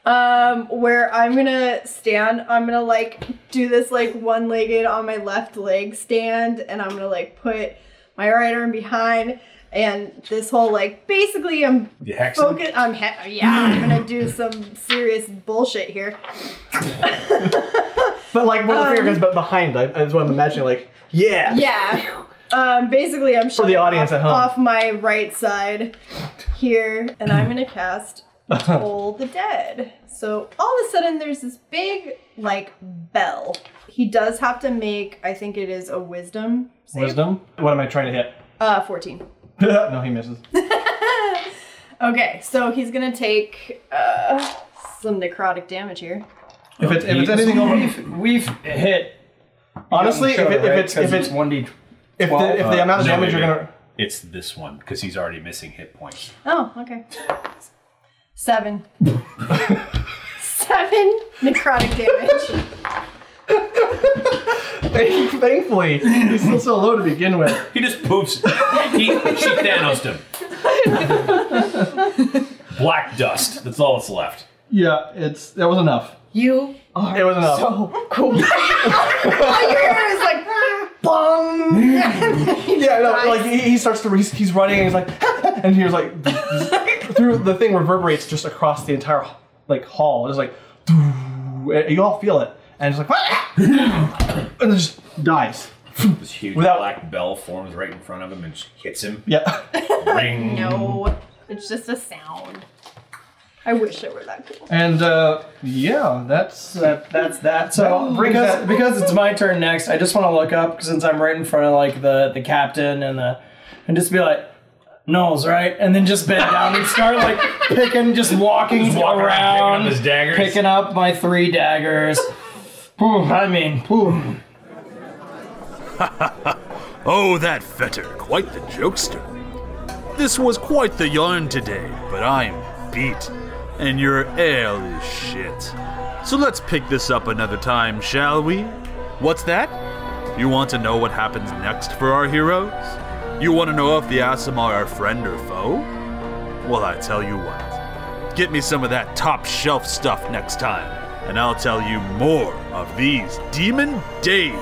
F: Um, where I'm gonna stand, I'm gonna like do this like one legged on my left leg stand, and I'm gonna like put my right arm behind, and this whole like basically I'm
G: You hex him?
F: focus. I'm he- yeah. I'm gonna do some serious bullshit here.
A: But like one of the
F: Um,
A: finger guns, but behind. I, I just want to imagine like, yeah,
F: Yeah. Um, basically, I'm
A: For the
F: shutting
A: audience
F: off,
A: at home.
F: off my right side here, and I'm gonna
A: (laughs)
F: cast Toll the Dead. So all of a sudden, there's this big like bell. He does have to make, I think it is a Wisdom save.
A: Wisdom. What am I trying to
C: (laughs)
A: hit?
F: Uh, 14.
A: no, he misses.
F: Okay, so he's gonna take uh some necrotic damage here.
A: If it's, if it's anything over,
P: We've, we've hit.
A: honestly, if,
P: Young Choda,
A: it, if
P: right?
A: it's
P: 'Cause
A: if it's
P: one d,
A: if the, if the
C: uh,
A: amount of damage you're gonna,
G: It's this one because he's already missing hit points.
F: Oh, okay.
A: (laughs)
F: Seven. Seven necrotic damage. (laughs)
A: (laughs)
C: Thankfully, he's still so low to begin with.
G: He just poofs. He, she Thanos'd him. Black dust. That's all that's left.
C: (laughs) Yeah, it's that was enough.
A: You
C: it was enough.
A: cool.
C: All you hear is like, bum. (laughs) yeah,
A: (laughs)
C: no, like he, he starts to re- he's running and he's like, (laughs) and he was like, (laughs) through the thing reverberates just across the entire like hall. It's like, (laughs) you all feel it, and it's like, and it just dies.
G: This huge black bell forms right in front of him and just hits him.
C: Yeah.
G: (laughs) Ring.
E: No, it's just a sound. I wish it were that cool.
C: And uh, yeah, that's uh,
D: that, that's that.
C: So brings
D: because
C: that-
D: because it's my turn next, I just want to look up since I'm right in front of like the the captain and the and just be like. Knowles, right? And then just bend down and start like picking, just walking
G: Just walking around, picking up
D: around,
G: his daggers.
D: picking up my three daggers. Boom, I mean, boom.
B: Oh, that fetter, quite the jokester. This was quite the yarn today, but I'm beat, and your ale is shit. So let's pick this up another time, shall we? What's that? You want to know what happens next for our heroes? You want to know if the Asim are our friend or foe? Well, I tell you what. Get me some of that top shelf stuff next time, and I'll tell you more of these demon days.